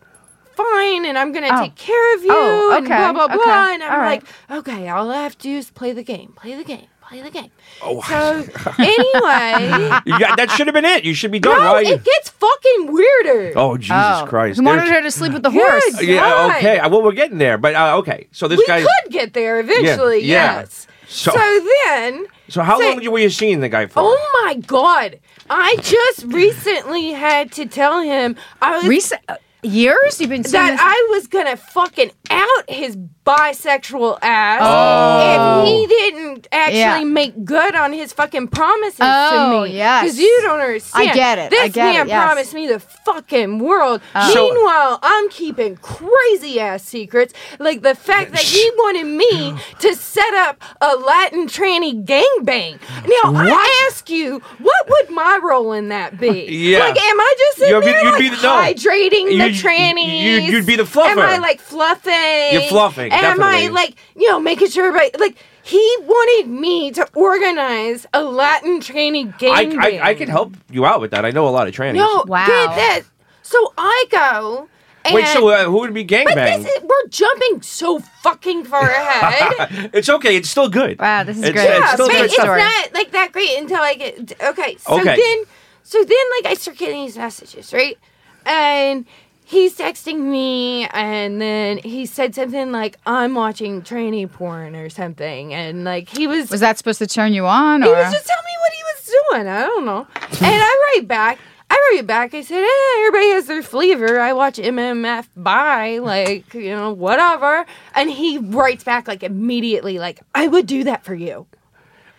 fine, and I'm gonna
Oh.
take care of you,
Oh,
and
okay,
blah blah
okay,
blah. And I'm
all right.
like, okay, all I have to do is play the game, play the game, play the game. Oh. So anyway,
You got- that should have been it. You should be done,
no,
right?
it gets fucking weirder.
oh Jesus
Oh.
Christ!
He wanted
There's-
her to sleep with the
Good
horse.
God.
Yeah, okay. Uh, Well, we're getting there, but uh, okay. So this
we
guy.
could get there eventually.
yeah.
Yes.
So,
so then,
so how
so-
long were you seeing the guy for?
oh my god, I just recently had to tell him I was
Recent uh, years you've been seeing
that
this-
I was gonna fucking out his bisexual ass if he didn't actually
Oh. Yeah.
make good on his fucking promises
Oh,
to me.
yes.
because you don't understand.
I get it,
This
I get it,
man
yes. Oh.
promised me the fucking world.
So-
Meanwhile, I'm keeping crazy ass secrets, like the fact that he wanted me to set up a Latin tranny gangbang. Now I ask you, what would my role in that be?
Yeah.
Like, am I just sitting
You'd be-
there
you'd
like,
be the- no.
hydrating the
You'd-
trannies?
you'd- you'd be the
Am I
fluffer.
like fluffing?
You're fluffing,
Am
definitely.
I like you know making sure everybody like he wanted me to organize a Latin tranny game?
I, I I can help you out with that. I know a lot of trannies.
No,
Wow.
get this. So I go. And,
Wait, so uh, who would be
but
gangbang?
this is, we're jumping so fucking far ahead.
Uh, It's okay. It's still good.
Wow, this is
It's-
great.
it's
yeah,
still
but
good
it's
stuff.
not like that great until I get okay. So
Okay.
then, so then, like I start getting these messages, right? And he's texting me, and then he said something like, "I'm watching tranny porn" or something, and like he was,
was that supposed to turn you on
he
or
was just telling me what he was doing. I don't know. and I write back. I write back. I said, eh, everybody has their flavor. I watch MMF by, like, you know, whatever. And he writes back, like, immediately, like, I would do that for you.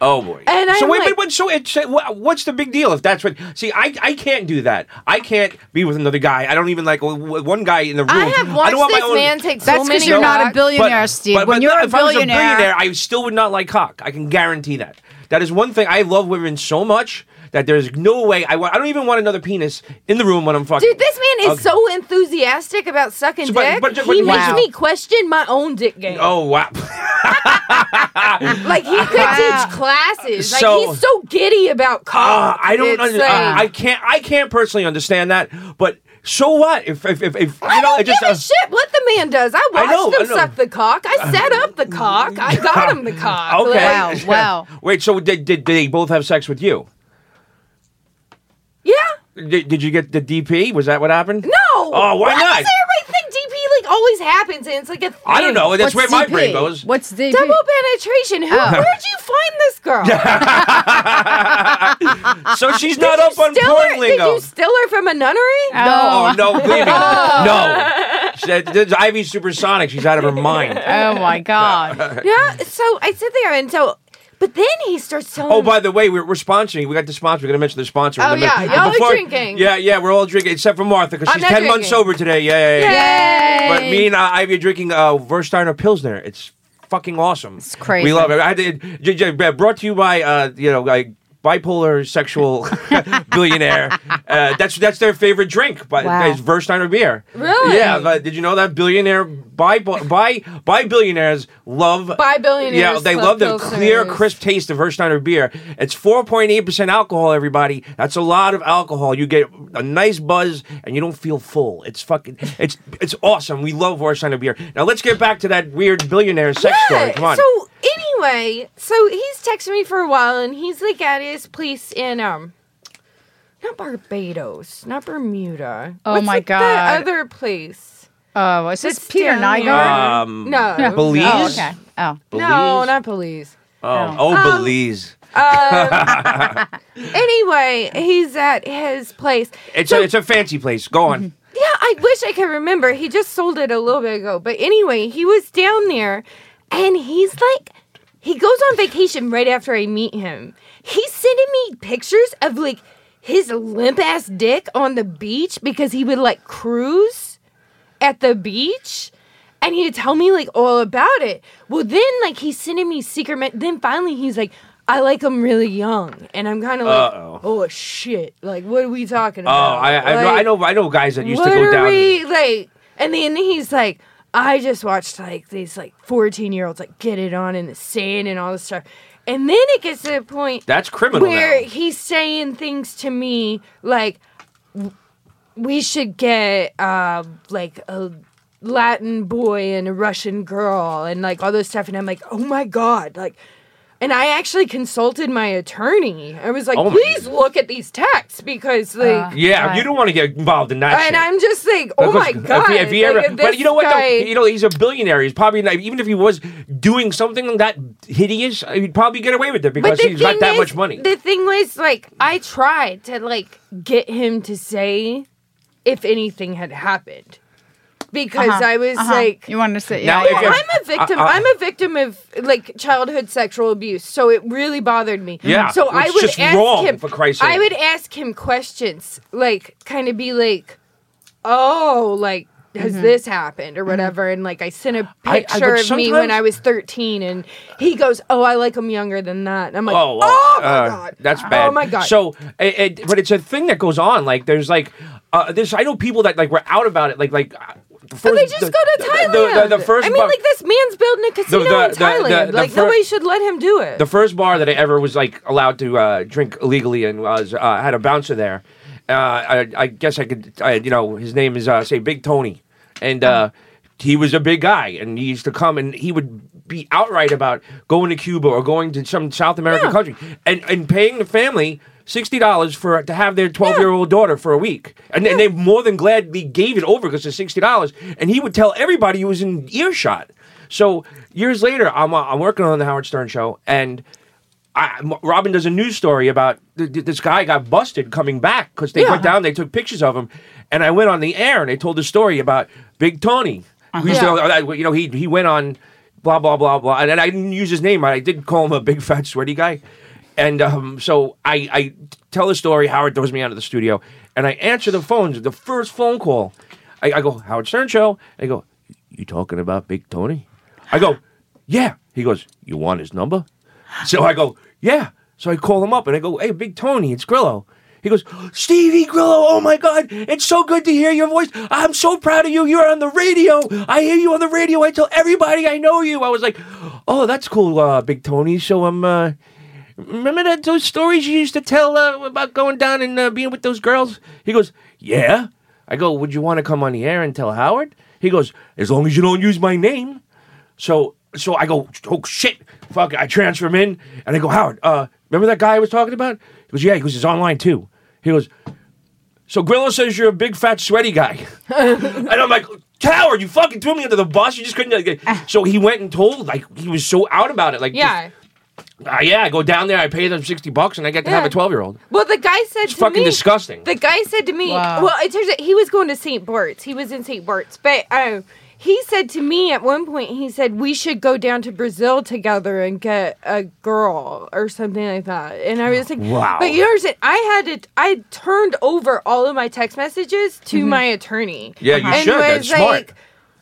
Oh boy.
And
so
I'm
wait, wait,
like-
wait. So it's, wha- what's the big deal if that's what? See, I I can't do that. I can't be with another guy. I don't even like w- w- one guy in the room.
I have
don't
watched
want my
this
own-
man take so many.
That's because you're not a
rocks.
billionaire, Steve. when
no,
you're a
if I was
billionaire,
I still would not like cock. I can guarantee that. That is one thing. I love women so much that there's no way I want. I don't even want another penis in the room when I'm fucking.
Dude, this man is
Okay.
so enthusiastic about sucking
So, but-
dick.
but- but-
he
Wow.
makes me question my own dick game.
Oh wow.
Like he could teach classes. Like
So-
he's so giddy about
Uh,
cock.
I don't.
Oh, It's
Under, uh,
like-
I, I can't. I can't personally understand that. But so what? If if if, if you
I
know,
don't
it just.
give
uh,
a shit what the man does. I
I
watched
know, I
him
know.
suck the cock. I set up the cock. I got him the cock.
Okay.
Like,
Wow, wow.
Wait. So did, did did they both have sex with you?
yeah.
Did, did you get the DP? Was that what happened?
No.
Oh, why
does
not?
everybody think DP like always happens? And it's like a thing.
I don't know. That's
what's
where my
DP?
brain goes.
What's DP?
Double penetration. Who?
Oh.
Where'd you find this girl?
So she's not up on
Steal her-
porn
did
lingo.
you steal her from a nunnery?
Oh no, believe me,
Oh.
no. She said, "This Ivy supersonic. She's out of her mind.
Oh my God!
Yeah. So I sit there and so, but then he starts telling.
Oh,
me-
by the way, we're, we're sponsoring. We got the sponsor. We're gonna mention the sponsor. in
Oh,
a minute.
yeah,
But
y'all are drinking.
Yeah, yeah, we're all drinking except for Martha because
I'm
she's ten
not
months
drinking.
sober today. Yeah, yeah, yeah.
Yay!
But me and uh, Ivy are drinking uh, Versteiner Pilsner. It's fucking awesome. It's
crazy.
We love it. I did. J- J- brought to you by uh, you know like bipolar sexual billionaire. Uh, that's that's their favorite drink. But
Wow.
it's Versteiner beer.
Really?
Yeah. But did you know that billionaire by by by billionaires love
By billionaires
Yeah, they love
love
the clear,
Pilsners.
crisp taste of Versteiner beer. It's four point eight percent alcohol. Everybody, that's a lot of alcohol. You get a nice buzz, and you don't feel full. It's fucking. It's it's awesome. We love Versteiner beer. Now let's get back to that weird billionaire sex story. Come on.
So anyway, so he's texting me for a while, and he's like at his place in um, not Barbados, not Bermuda.
Oh my
like,
God.
The other place.
Oh, is this
It's
Peter
down here.
Nygaard?
um,
No.
No.
Belize.
Oh, okay. Oh,
No, Um, not Belize.
Oh, oh, Belize.
Anyway, he's at his place.
It's
so
a it's a fancy place. Go on.
Yeah, I wish I could remember. He just sold it a little bit ago. But anyway, he was down there and he's like, he goes on vacation right after I meet him. He's sending me pictures of like his limp ass dick on the beach because he would like cruise at the beach. And he'd tell me like all about it. Well, then like he's sending me secret. Me- then finally he's like, I like him really young, and I'm kind of like,
Uh-oh.
oh shit! Like, what are we talking
Oh,
about?
I I, know,
Like-
I know I know guys that used to
what
go
are
down.
we like? And then he's like, I just watched like these like fourteen year olds like get it on in the sand and all this stuff. And then it gets to the point
That's criminal.
where
now.
he's saying things to me like, w- we should get uh, like a Latin boy and a Russian girl and like all this stuff. And I'm like, oh my god, like. And I actually consulted my attorney. I was like,
Oh my-
please look at these texts because like
Uh,
Yeah,
Right.
you don't want to get involved in that. shit.
and I'm just like, oh my
Because
god.
If, if he ever,
like, if
but
this
you know what?
guy-
Though, you know, he's a billionaire. He's probably not, even if he was doing something that hideous, he'd probably get away with it because he's got that
is-
much money.
The thing was, like, I tried to like get him to say if anything had happened because
Uh-huh,
I was
uh-huh.
like.
you wanted to say,
Now,
yeah.
if-
yeah.
I'm a victim.
Uh, uh.
I'm a victim of like childhood sexual abuse, so it really bothered me.
Yeah,
So I
it's
would
just
ask
wrong,
him.
for Christ's
I
sake.
would ask him questions, like kind of be like, "Oh, like has this happened or whatever?" And like I sent a
I- I- but
picture of me when
sometimes-
I was 13, and he goes, "Oh, I like him younger than that." And I'm like, "Oh,
Oh, well,
my
uh,
god,
That's bad.
Oh my god.
So, it, it- but it's a thing that goes on. Like, there's like, uh, this. I know people that like were out about it. Like, like. uh, The first,
But they just
the-
go to
the-
Thailand.
The, the, the first
I mean,
bu-
like this man's building a casino
the-
in
the- the-
Thailand.
the
like
fir-
nobody should let him do it.
the first bar that I ever was like allowed to uh, drink illegally and was uh, had a bouncer there. Uh, I, I guess I could, I, you know, his name is uh, say Big Tony, and uh, he was a big guy, and he used to come and he would be outright about going to Cuba or going to some South American
Yeah.
country and and paying the family. Sixty dollars for to have their twelve year old daughter for a week, and, and they more than gladly gave it over because it's sixty dollars. And he would tell everybody who was in earshot. So years later, I'm uh, I'm working on the Howard Stern show, and I, M- Robin does a news story about th- th- this guy got busted coming back because they
Yeah.
went down, they took pictures of him, and I went on the air and they told the story about Big Tony. We used to-
Yeah.
uh, you know, he he went on, blah blah blah blah, and, and I didn't use his name, but I did call him a big fat sweaty guy, and um, so I I tell the story. Howard throws me out of the studio, and I answer the phones. The first phone call, I, I go Howard Stern show. I go, you talking about Big Tony? I go, yeah. He goes, you want his number? So I go, yeah. So I call him up and I go, hey, Big Tony, it's Grillo. He goes, Stevie Grillo, oh my God, it's so good to hear your voice. I'm so proud of you. You're on the radio. I hear you on the radio. I tell everybody I know you. I was like, oh, that's cool, uh, Big Tony. So I'm, uh, remember that those stories you used to tell uh, about going down and uh, being with those girls? He goes, yeah. I go, would you want to come on the air and tell Howard? He goes, as long as you don't use my name. So so I go, oh shit, fuck. I transfer him in, and I go, Howard, uh, remember that guy I was talking about? He goes, yeah. He goes, he's online too. He goes, so Grillo says you're a big fat sweaty guy, and I'm like, Howard, you fucking threw me under the bus. You just couldn't. Like, so he went and told, like he was so out about it, like
yeah.
uh, yeah. I go down there, I pay them sixty bucks, and I get to have
Yeah.
a twelve year old.
Well, the guy said
It's
to
fucking
me,
disgusting.
The guy said to me,
Wow.
well, it turns out he was going to St. Bart's. He was in St. Bart's, but um, he said to me at one point, he said we should go down to Brazil together and get a girl or something like that. And I was like,
Wow.
But you understand? I had it. I turned over all of my text messages to my attorney.
Yeah, you
and
should.
Was
That's
like,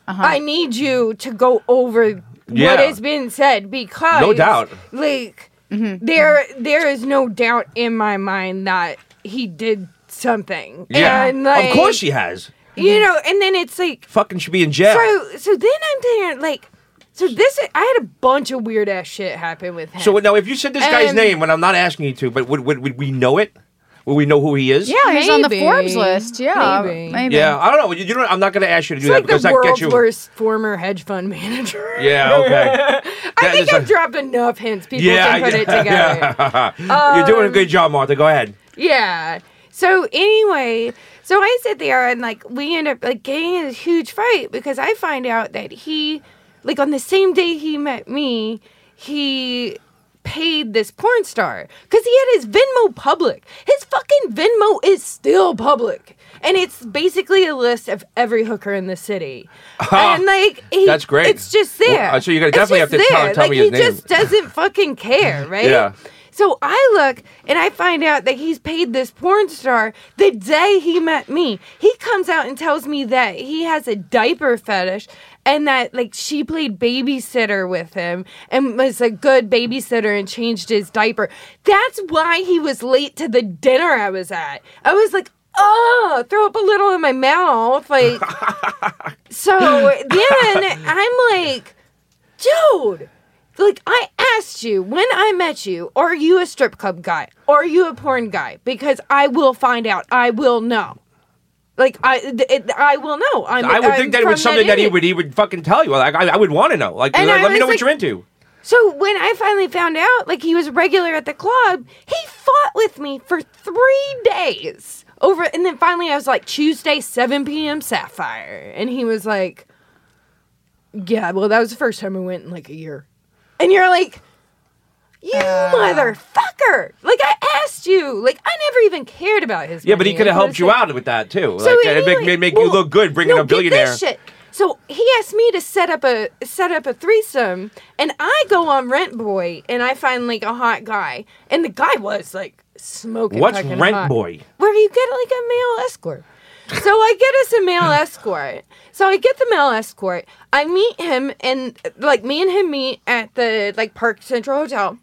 smart.
I need you to go over
Yeah.
what has been said because
No doubt.
Like there there is no doubt in my mind that he did something. And, like,
of course he has.
You know, and then it's like
Fucking should be in jail.
so so then I'm there like so this I had a bunch of weird ass shit happen with him.
So now, if you said this guy's
Um,
name, when I'm not asking you to, but would, would, would we know it? Would we know who he is?
Yeah, he's on the
Maybe.
Forbes list. Yeah,
Maybe.
maybe.
Yeah, I don't know. You, you know, I'm not going to ask you to do
it's
that
like
because
the
that gets
world's
you.
worst former hedge fund manager.
Yeah, okay.
I think
is
I've
a-
dropped enough hints. People
yeah,
can put
yeah,
it together.
yeah. You're
um,
doing a good job, Martha. Go ahead.
Yeah. So anyway, so I sit there and like we end up like getting in a huge fight because I find out that he, like on the same day he met me, he paid this porn star because he had his Venmo public. His fucking Venmo is still public. And it's basically a list of every hooker in the city, and like he,
That's great.
It's just there.
Well, uh, so you're gonna
It's
definitely
just
have to tell-
there.
tell
like,
me
he
his name.
just doesn't fucking care, right?
Yeah.
So I look and I find out that he's paid this porn star the day he met me. He comes out and tells me that he has a diaper fetish and that like she played babysitter with him and was a good babysitter and changed his diaper. That's why he was late to the dinner I was at. I was like, oh, throw up a little in my mouth. Like so then I'm like, dude, like I asked you when I met you, are you a strip club guy? Are you a porn guy? Because I will find out. I will know. Like I, th- it, I will know. I'm,
I would
I'm
think that it
from
was something that, he
idiot.
would he would fucking tell you. Like I, I would want to know. Like
And
let
I
me know
was
what you're into.
So when I finally found out, like he was a regular at the club, he fought with me for three days over, and then finally I was like Tuesday, seven p.m. Sapphire, and he was like, "Yeah, well that was the first time I went in like a year," and you're like. You motherfucker! Like I asked you. Like I never even cared about his.
Yeah, but he
money.
could
Like,
have
what
helped
is
you
it?
out with that too.
So
like,
he-
it'd make,
he,
make, make
well,
you look good bringing
no,
a
get
billionaire.
This shit. So he asked me to set up a set up a threesome, and I go on Rent Boy, and I find like a hot guy, and the guy was like smoking.
What's
fucking
Rent
hot.
Boy?
Where you get like a male escort. So I get us a male escort. So I get the male escort. I meet him, and like me and him meet at the like Park Central Hotel.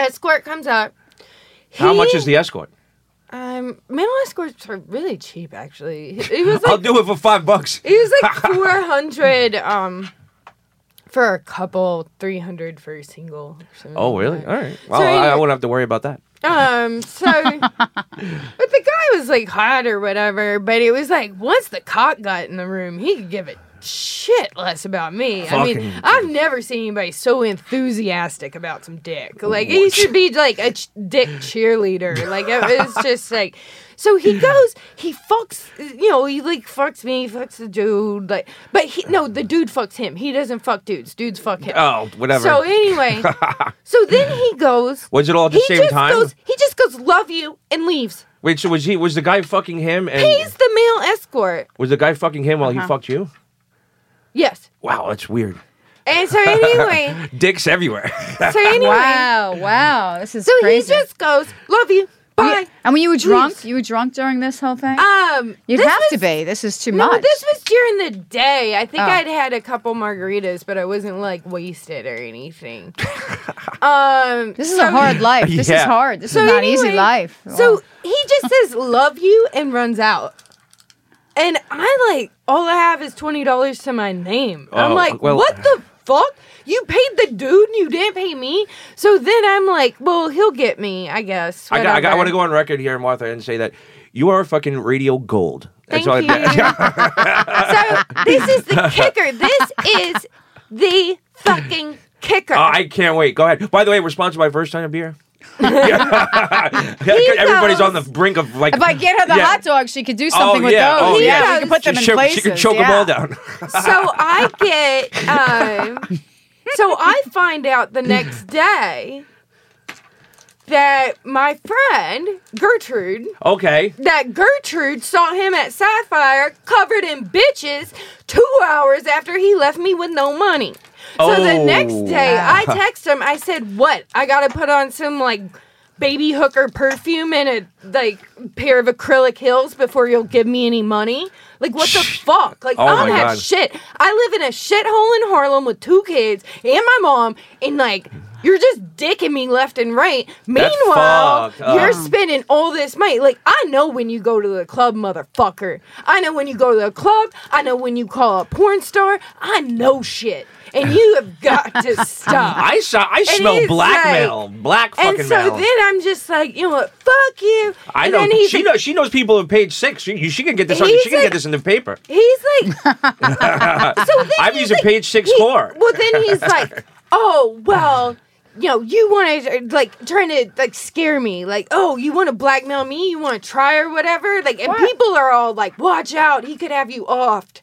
Escort comes up.
How much
He-
is the escort?
um male escorts are really cheap actually? It was like
I'll do it for five bucks.
it was like 400 um for a couple, 300 for a single. or something
Oh
like
really?
that.
All right. Well,
So
I, I
anyway-
wouldn't have to worry about that.
Um, so but the guy was like hot or whatever, but it was like once the cock got in the room, he could give a shit less about me. I
Fucking-
mean, I've never seen anybody so enthusiastic about some dick. Like he should be like a ch- dick cheerleader. Like it was just like. So he goes, he fucks, you know, he like fucks me, fucks the dude, like, but he no, the dude fucks him. He doesn't fuck dudes. Dudes fuck him.
Oh, whatever.
So anyway, so then he goes.
Was it all at the
he
same
just
time?
Goes, he just goes, love you, and leaves.
Wait, so was he? Was the guy fucking him? And
He's Uh-huh. the male escort.
was the guy fucking him while he fucked you?
Yes.
Wow, that's weird.
And so anyway,
Dicks everywhere.
so anyway,
Wow, wow, this is
so
crazy.
he just goes, love you, bye.
and when you were drunk,
Leaves.
you were drunk during this whole thing.
Um,
You'd
this
have
was,
to be. This is too
No,
much.
this was during the day. I think
Oh.
I'd had a couple margaritas, but I wasn't like wasted or anything. um,
This is
so-
a hard life. This
Yeah.
is hard. This
So
is not easy
anyway,
life.
So he just says love you and runs out. And I like all I have is twenty dollars to my name. I'm
Oh,
like,
well-
what the fuck? You paid the dude and you didn't pay me. So then I'm like, well, he'll get me, I guess.
I, got, I, got, I
whatever.
want to go on record here, Martha, and say that you are fucking radio gold.
Thank
all
you. so this is the kicker. This is the fucking kicker.
Oh, I can't wait. Go ahead. By the way, we're sponsored by First Time Beer. Yeah. Everybody's on the
goes-
brink of like.
if I get her the
Yeah.
hot dog, she could do something with
yeah.
those.
Oh,
He
yeah,
goes-
she could put them
she
in
choke,
places.
She could choke
yeah.
them all down.
so I get um so I find out the next day that my friend Gertrude
okay.
that Gertrude saw him at Sapphire covered in bitches two hours after he left me with no money. So the
Oh.
next day, I text him. I said, "What? I gotta put on some like baby hooker perfume and a like pair of acrylic heels before you'll give me any money." Like what the fuck? Like
Oh
I don't
my
have
God.
shit. I live in a shithole in Harlem with two kids and my mom, and like you're just dicking me left and right. Meanwhile,
fucked up.
you're spending all this money. Like, I know when you go to the club, motherfucker. I know when you go to the club. I know when you call a porn star. I know shit. And you have got to stop.
I saw. I smell
he's
blackmail. Black fucking
and so
mail.
then I'm just like, you know what? Fuck you.
I
and
know
Then he's
she
like,
knows. She knows people in page six. She, she can get this. On,
He's
she can
like-
get this in the paper.
He's like, so then
I'm
he's
using
like,
page six
he-
four.
Well, then he's like, oh well, you know, you want to like trying to like scare me, like oh, you want to blackmail me, you want to try or whatever, like, and
What?
people are all like, watch out, he could have you offed.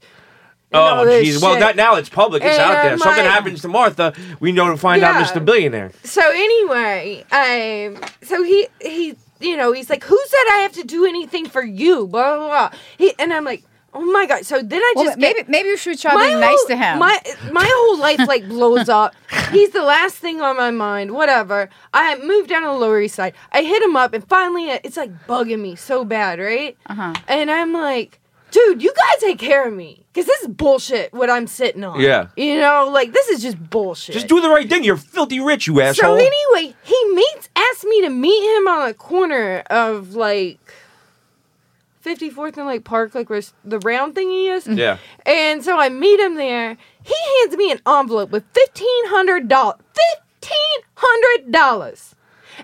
and all
Oh,
this
jeez. Well,
shit.
not now. It's public. It's
And
out there.
I'm
Something
like-
happens to Martha. We know to find out
Yeah.
Mr. Billionaire.
So anyway, um, so he he, you know, he's like, who said I have to do anything for you? Blah blah blah. He, and I'm like, oh my god. So then I
Well,
just
maybe
get,
maybe you should try being nice
whole-
to him.
My my whole life like blows up. He's the last thing on my mind. Whatever. I moved down to the Lower East Side. I hit him up, and finally, uh, it's like bugging me so bad, right?
Uh-huh.
And I'm like, dude, you guys take care of me, cause this is bullshit. What I'm sitting on.
Yeah.
You know, like this is just bullshit.
Just do the right thing. You're filthy rich, you
So
asshole.
anyway, he meets asked me to meet him on a corner of like 54th and like Park, like where s- the round thing he is.
yeah.
And so I meet him there. He hands me an envelope with fifteen hundred dollars. Fifteen hundred dollars.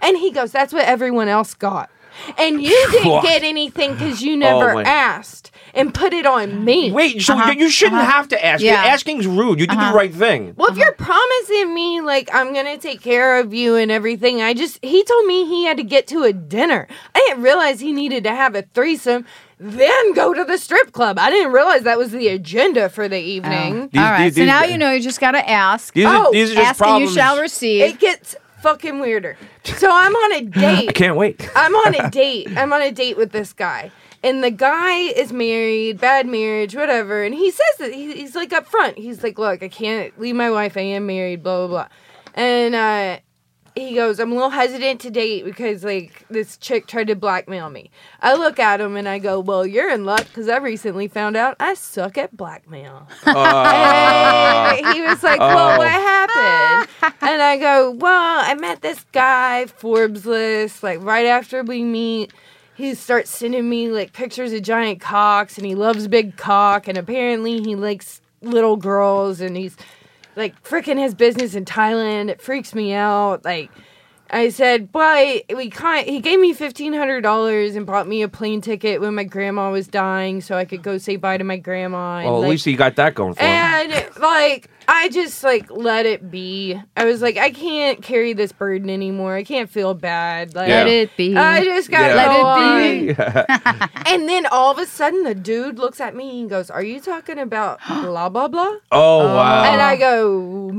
And he goes, That's what everyone else got. And you didn't
What?
get anything because you never
my-
asked and put it on me.
Wait, so
Uh-huh,
you, you shouldn't have to ask.
Yeah.
Asking's rude. You did the right thing.
Well, if you're promising me like I'm gonna take care of you and everything, I just he told me he had to get to a dinner. I didn't realize he needed to have a threesome, then go to the strip club. I didn't realize that was the agenda for the evening.
These-
All right.
these-
so
these-
now you know you just gotta ask.
These,
Oh,
are, these are just
ask
problems.
and you shall receive.
It gets fucking weirder. So I'm on a
I
date.
can't wait.
I'm on a date. I'm on a date with this guy. And the guy is married, bad marriage, whatever. And he says that he, he's like up front. He's like, Look, I can't leave my wife. I am married, blah, blah, blah. And uh, he goes, I'm a little hesitant to date because like this chick tried to blackmail me. I look at him and I go, Well, you're in luck because I recently found out I suck at blackmail. And he was like,
Oh.
Well, what happened? And I go, Well, I met this guy, Forbes list, like right after we meet. He starts sending me like pictures of giant cocks and he loves big cock and apparently he likes little girls and he's like freaking his business in Thailand. It freaks me out. Like I said, but we can't. He gave me fifteen hundred dollars and bought me a plane ticket when my grandma was dying, so I could go say bye to my grandma. And,
well, at
like,
least he got that going for him.
and like I just like let it be. I was like, I can't carry this burden anymore. I can't feel bad. Like
Yeah.
Let it be.
I just got
Yeah.
Let it
it be. and then all of a sudden, the dude looks at me and goes, "Are you talking about blah blah blah?"
Oh, wow.
And I go,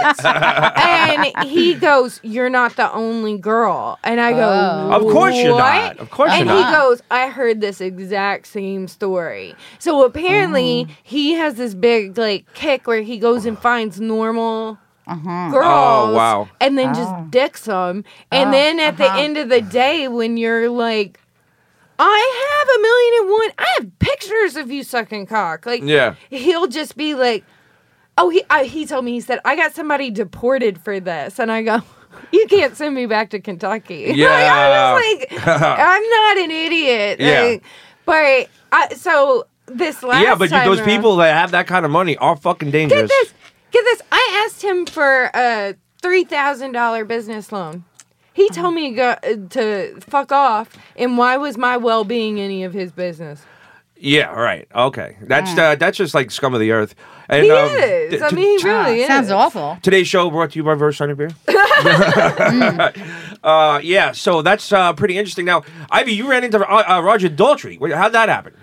Uh,
and he goes, "You're not the only girl." And I go,
Oh.
Of course you're not.
"What?"
Of course
and
you're
he
not.
goes, "I heard this exact same story." So apparently, he has this big like kick where he goes and finds normal. Girls,
Oh, wow.
and then just dicks them, and then at the end of the day, when you're like, I have a million and one, I have pictures of you sucking cock, like,
Yeah.
he'll just be like, "Oh, he I, he told me he said I got somebody deported for this," and I go, "You can't send me back to Kentucky." like, I was like, "I'm not an idiot."
Yeah.
Like, but I, so this last
yeah, but you,
time
those
around-
people that have that kind of money are fucking
get
dangerous.
this, get this. I asked him for a three thousand dollar business loan. He told me to, go, uh, to fuck off, and why was my well being any of his business?
Yeah, all right. Okay. That's uh, that's just like scum of the earth. And,
He
um,
is.
th-
I
t-
mean, he really
Ah,
is.
Sounds awful.
Today's show brought to you by Verse Sonic Beer.
Mm.
uh, yeah, so that's uh, pretty interesting. Now, Ivy, you ran into uh, uh, Roger Daltrey. Wait, How'd that happen?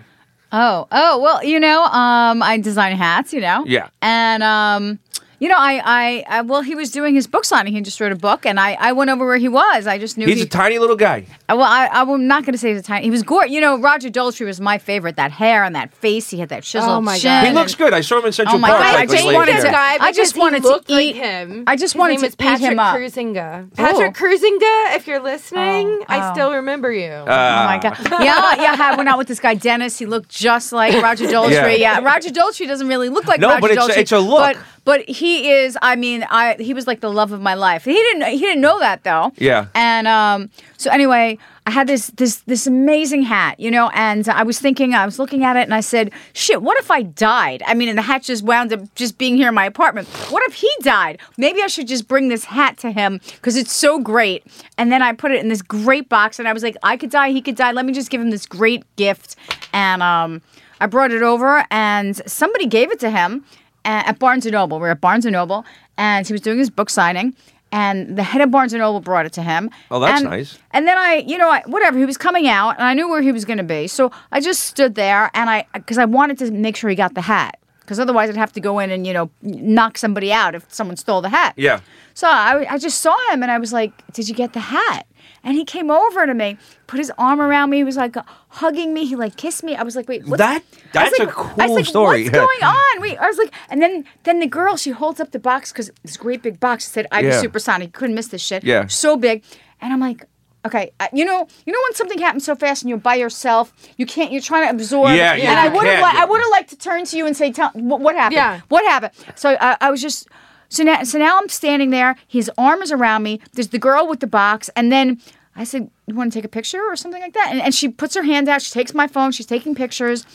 Oh, oh, well, you know, um, I design hats, you know.
Yeah.
And um, you know, I, I, I, well, he was doing his book signing. He just wrote a book, and I, I went over where he was. I just knew
He's
he,
a tiny little guy.
Well, I, I'm not going to say he's a tiny. He was gorgeous. You know, Roger Daltrey was my favorite. That hair and that face. He had that chiseled
Oh, my
chin.
God.
He
and-
looks good. I saw him in Central
Oh my
Park.
God,
I,
I
like,
just
just
late
wanted
wanted
this
there.
to-
guy.
I just
because he
wanted to
looked like
eat-
him.
I just
His
wanted
name
to
is
eat him
Patrick
up.
Cruisinga. Patrick Cruisinga, if you're listening, I
oh.
still remember you.
Uh,
Oh my god! Yeah, yeah. I went out with this guy Dennis. He looked just like Roger Daltrey.
Yeah.
Yeah, Roger Daltrey doesn't really look like
No,
Roger
but it's a-
Daltrey.
it's a look.
But, but he is. I mean, I he was like the love of my life. He didn't he didn't know that though.
Yeah.
And um, so anyway, I had this this this amazing hat, you know, and I was thinking, I was looking at it, and I said, "Shit, what if I died?" I mean, and the hat just wound up just being here in my apartment. What if he died? Maybe I should just bring this hat to him because it's so great. And then I put it in this great box, and I was like, "I could die, he could die. Let me just give him this great gift." And um, I brought it over, and somebody gave it to him at at Barnes and Noble. We were at Barnes and Noble, and he was doing his book signing. And the head of Barnes and Noble brought it to him.
Oh, that's
And-
nice.
And then I, you know, I, whatever he was coming out, and I knew where he was going to be, so I just stood there, and I, because I wanted to make sure he got the hat, because otherwise I'd have to go in and you know knock somebody out if someone stole the hat.
Yeah.
So I, I just saw him, and I was like, "Did you get the hat?" And he came over to me, put his arm around me. He was like hugging me. He like kissed me. I was like, "Wait, what's
That-
I was
that's
like-
a
I was
cool
like,
story.
What's going on? Wait, I was like, and then then the girl she holds up the box because this great big box said Ivy
Yeah.
Supersonic. Couldn't miss this shit.
Yeah.
so big, and I'm like. Okay, uh, you know, you know when something happens so fast and you're by yourself, you can't. You're trying to absorb.
Yeah,
and
you
I would have,
can't.
li- I would have liked to turn to you and say, "Tell what, what happened?
Yeah.
what happened?" So uh, I I was just, so now, so now I'm standing there. His arm is around me. There's the girl with the box, and then I said, "You want to take a picture or something like that?" And, and she puts her hand out. She takes my phone. She's taking pictures.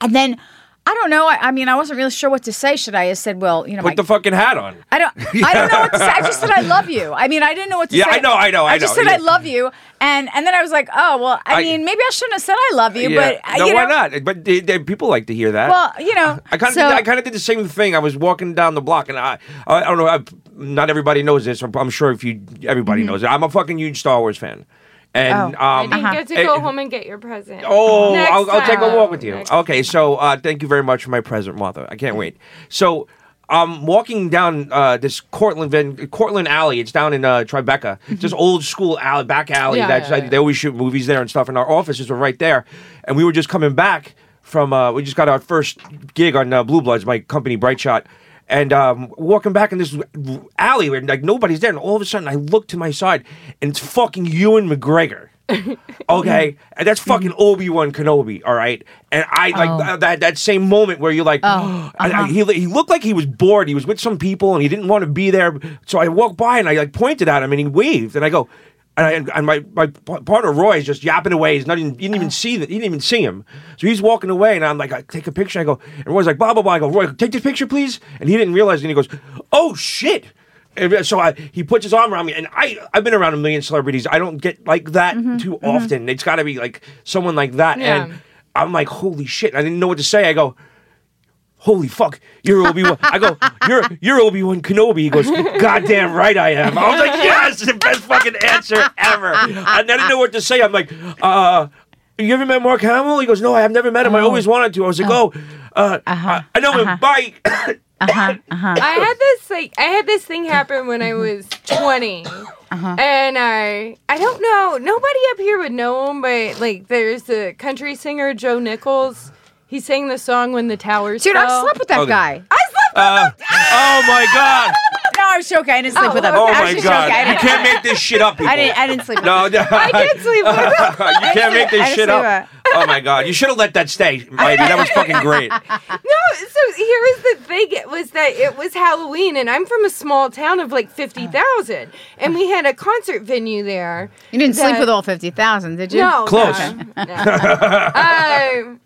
And then I don't know. I, I mean, I wasn't really sure what to say. Should I have said, well, you know,
Put
my-
the fucking hat on.
I don't. I don't know what to say. I just said I love you. I mean, I didn't know what to
Yeah,
say.
I know, I know, I
just
know,
said I
yeah.
love you, and and then I was like, oh well. I,
I-
mean, maybe I shouldn't have said I love you,
Yeah.
but uh,
no,
you know,
why not? But they, they- people like to hear that.
Well, you know,
I kind of
so,
did, I kind of did the same thing. I was walking down the block, and I I, I don't know. I, not everybody knows this. I'm, I'm sure if you everybody knows it. I'm a fucking huge Star Wars fan, and
Mm-hmm. Oh.
I
um,
didn't
Uh-huh.
get to go
Eh,
home and get your present.
Oh,
Next
I'll, I'll take a
time.
walk with you.
Next-
Okay, so uh, thank you very much for my present, Martha. I can't wait. So I'm walking down uh, this Cortland Van, Cortland Alley. It's down in uh, Tribeca. It's this old school alley, back alley.
Yeah,
that's
yeah,
like,
yeah.
they always shoot movies there and stuff. And our offices were right there. And we were just coming back from. Uh, we just got our first gig on uh, Blue Bloods, my company, Bright Shot. And um, walking back in this alley where like nobody's there, and all of a sudden I look to my side, and it's fucking Ewan McGregor. Okay, and that's fucking Obi Wan Kenobi. All right, and I like th- that that same moment where you're like, I- I- he he looked like he was bored. He was with some people and he didn't want to be there. So I walked by and I like pointed at him and he waved and I go. And, I, and- and my, my p- partner Roy is just yapping away. He's not even, he didn't even see that. He didn't even see him. So he's walking away, and I'm like, I take a picture. I go, and Roy's like, blah blah blah. I go, Roy, take this picture, please. And he didn't realize. it, And he goes, oh shit. And so I, he puts his arm around me, and I, I've been around a million celebrities. I don't get like that too often. It's got to be like someone like that.
Yeah.
And I'm like, holy shit. I didn't know what to say. I go, holy fuck, you're Obi Wan. I go, you're, you're Obi Wan Kenobi. He goes, goddamn right I am. I was like, yes, the best fucking answer ever. And I didn't know what to say. I'm like, uh, you ever met Mark Hamill? He goes, no, I have never met him. I always wanted to. I was like, oh, uh, I, I know him. Bye.
I had this like I had this thing happen when I was 20,
Uh-huh.
and I I don't know nobody up here would know him, but like there's the country singer Joe Nichols. He sang the song when the towers
dude,
fell.
Oh. I slept with that
Okay.
guy.
I slept.
Uh, oh my god.
No, I was joking. I didn't sleep
Oh,
with him.
Oh
I was
my
just
god!
joking. I
You
didn't,
can't make this shit up, people.
I didn't. I didn't sleep. with him.
No, no.
I can't sleep with him.
you can't make this
I didn't
shit
see
up.
that.
Oh my god! You should have let that stay, Ivy. That was fucking great.
No, so here was the thing. It was that it was Halloween, and I'm from a small town of like 50,000, and we had a concert venue there.
You didn't sleep
that-
with all fifty thousand, did you?
No.
Close.
no, no. Um,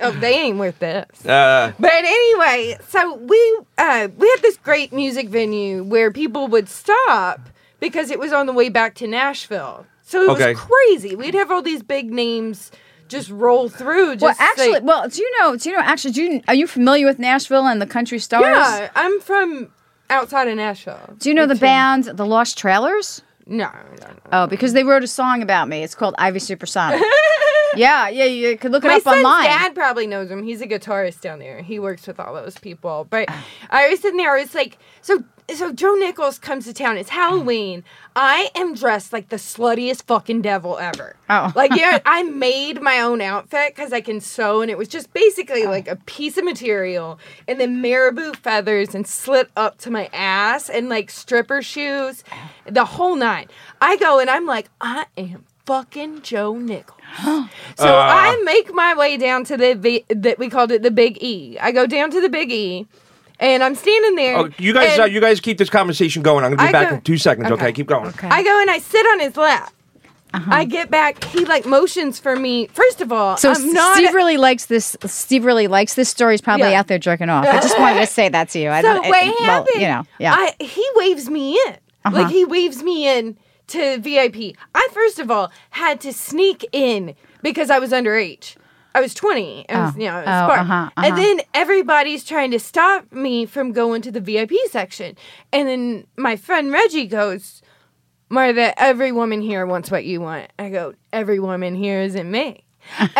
oh, they ain't worth this.
Uh,
But anyway, so we uh, we had this great music venue where people would stop because it was on the way back to Nashville. So it
Okay.
was crazy. We'd have all these big names just roll through. Just
Well, actually,
like-
well, do you know? Do you know? Actually, do you, are you familiar with Nashville and the country stars?
yeah, I'm from outside of Nashville.
Do you know the
It's in-
band The Lost Trailers?
No, no, no.
Oh, because they wrote a song about me. It's called Ivy Supersonic. yeah, yeah, you could look it
My
up
son's
online.
dad probably knows him. He's a guitarist down there. He works with all those people. But I was sitting there. I was like, so so Joe Nichols comes to town. It's Halloween. I am dressed like the sluttiest fucking devil ever.
Oh.
like yeah, I made my own outfit because I can sew, and it was just basically like a piece of material and then marabou feathers and slit up to my ass and like stripper shoes, the whole nine. I go and I'm like, I am fucking Joe Nichols. So
Uh,
I make my way down to the v- that we called it the Big E. I go down to the Big E, and I'm standing there.
oh, you guys,
and
uh, you guys keep this conversation going. I'm gonna be
I
back
go-
in two seconds. Okay,
okay.
keep going.
Okay.
I go and I sit on his lap. I get back. He like motions for me. First of all,
Uh-huh. so
I'm not.
Steve really likes this. Steve really likes this story. He's probably
Yeah.
out there jerking off. I just wanted to say that to you. I
so
don't- it-
what
well,
happened?
you know, yeah. Uh-huh.
I, he waves me in. Like he waves me in to VIP. I first of all had to sneak in because I was underage. I was 20. I was,
Oh.
you know, I was
Oh,
smart.
uh-huh,
And then everybody's trying to stop me from going to the VIP section. And then my friend Reggie goes, Martha, every woman here wants what you want. I go, every woman here isn't me. and so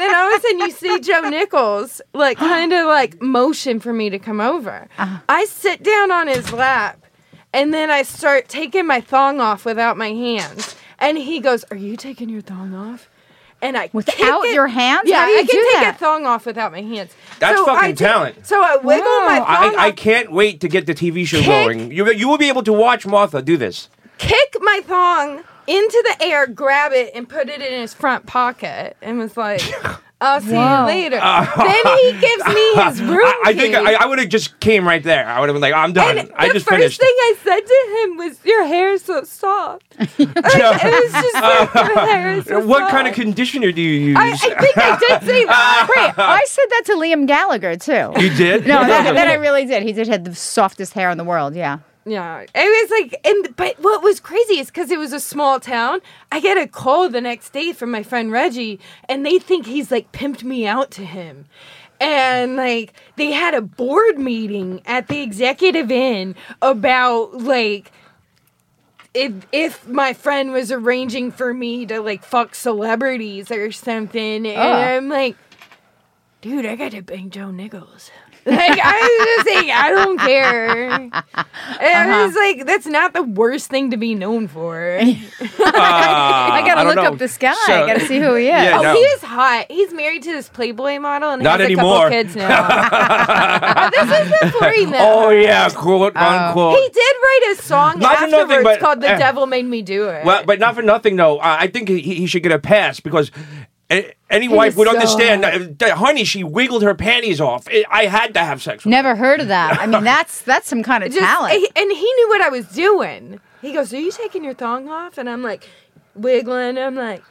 then all of a sudden you see Joe Nichols like kind of like motion for me to come over.
Uh-huh.
I sit down on his lap and then I start taking my thong off without my hands. And he goes, Are you taking your thong off? And I kick
Without
it-
your hands?
Yeah,
How do you
I can
do
take
that?
a thong off without my hands.
That's fucking
I take-
talent.
So I wiggle my
Wow.
thong
I, I
off
can't wait to get the TV show
Kick.
going. You you will be able to watch Martha do this.
kick my thong into the air, grab it, and put it in his front pocket, and was like, I'll see
Whoa.
you later. then he gives me his room
I, I think
key.
I, I would have just came right there. I would have been like, I'm done.
And the
I just
first
finished.
thing I said to him was, "Your hair is so soft." Like, it was just like, "Your hair is so
what
soft."
kind of conditioner do you use?
I, I think I did say that.
Wait, I said that to Liam Gallagher too.
you did?
No, that, that I really did. He did have the softest hair in the world. Yeah.
Yeah, it was like, and but what was crazy is because it was a small town. I get a call the next day from my friend Reggie, and they think he's like pimped me out to him. And like they had a board meeting at the executive inn about like if if my friend was arranging for me to like fuck celebrities or something, and
Ah.
I'm like, dude, I got to bang Joe Nichols. Like I was just saying, I don't care. And I was like, that's not the worst thing to be known for.
I gotta
Uh, I don't
look
know.
up this guy.
So-
I gotta see who he is.
Yeah,
Oh,
no.
he is hot. He's married to this Playboy model and
Not
has
anymore.
a couple kids now. oh, this is before he met.
Oh yeah, quote unquote.
He did write a song
Not for
afterwards
nothing, but-
called "The
eh.
Devil Made Me Do It."
Well, but not for nothing though. Uh, I think he, he should get a pass because a- any wife
is
would
so
understand. That, that, honey, she wiggled her panties off. I I had to have sex. with her.
Never heard of that. I mean, that's that's some kind of
Just-
talent.
and- and he knew what I was doing. He goes, "Are you taking your thong off?" And I'm like, wiggling. I'm like,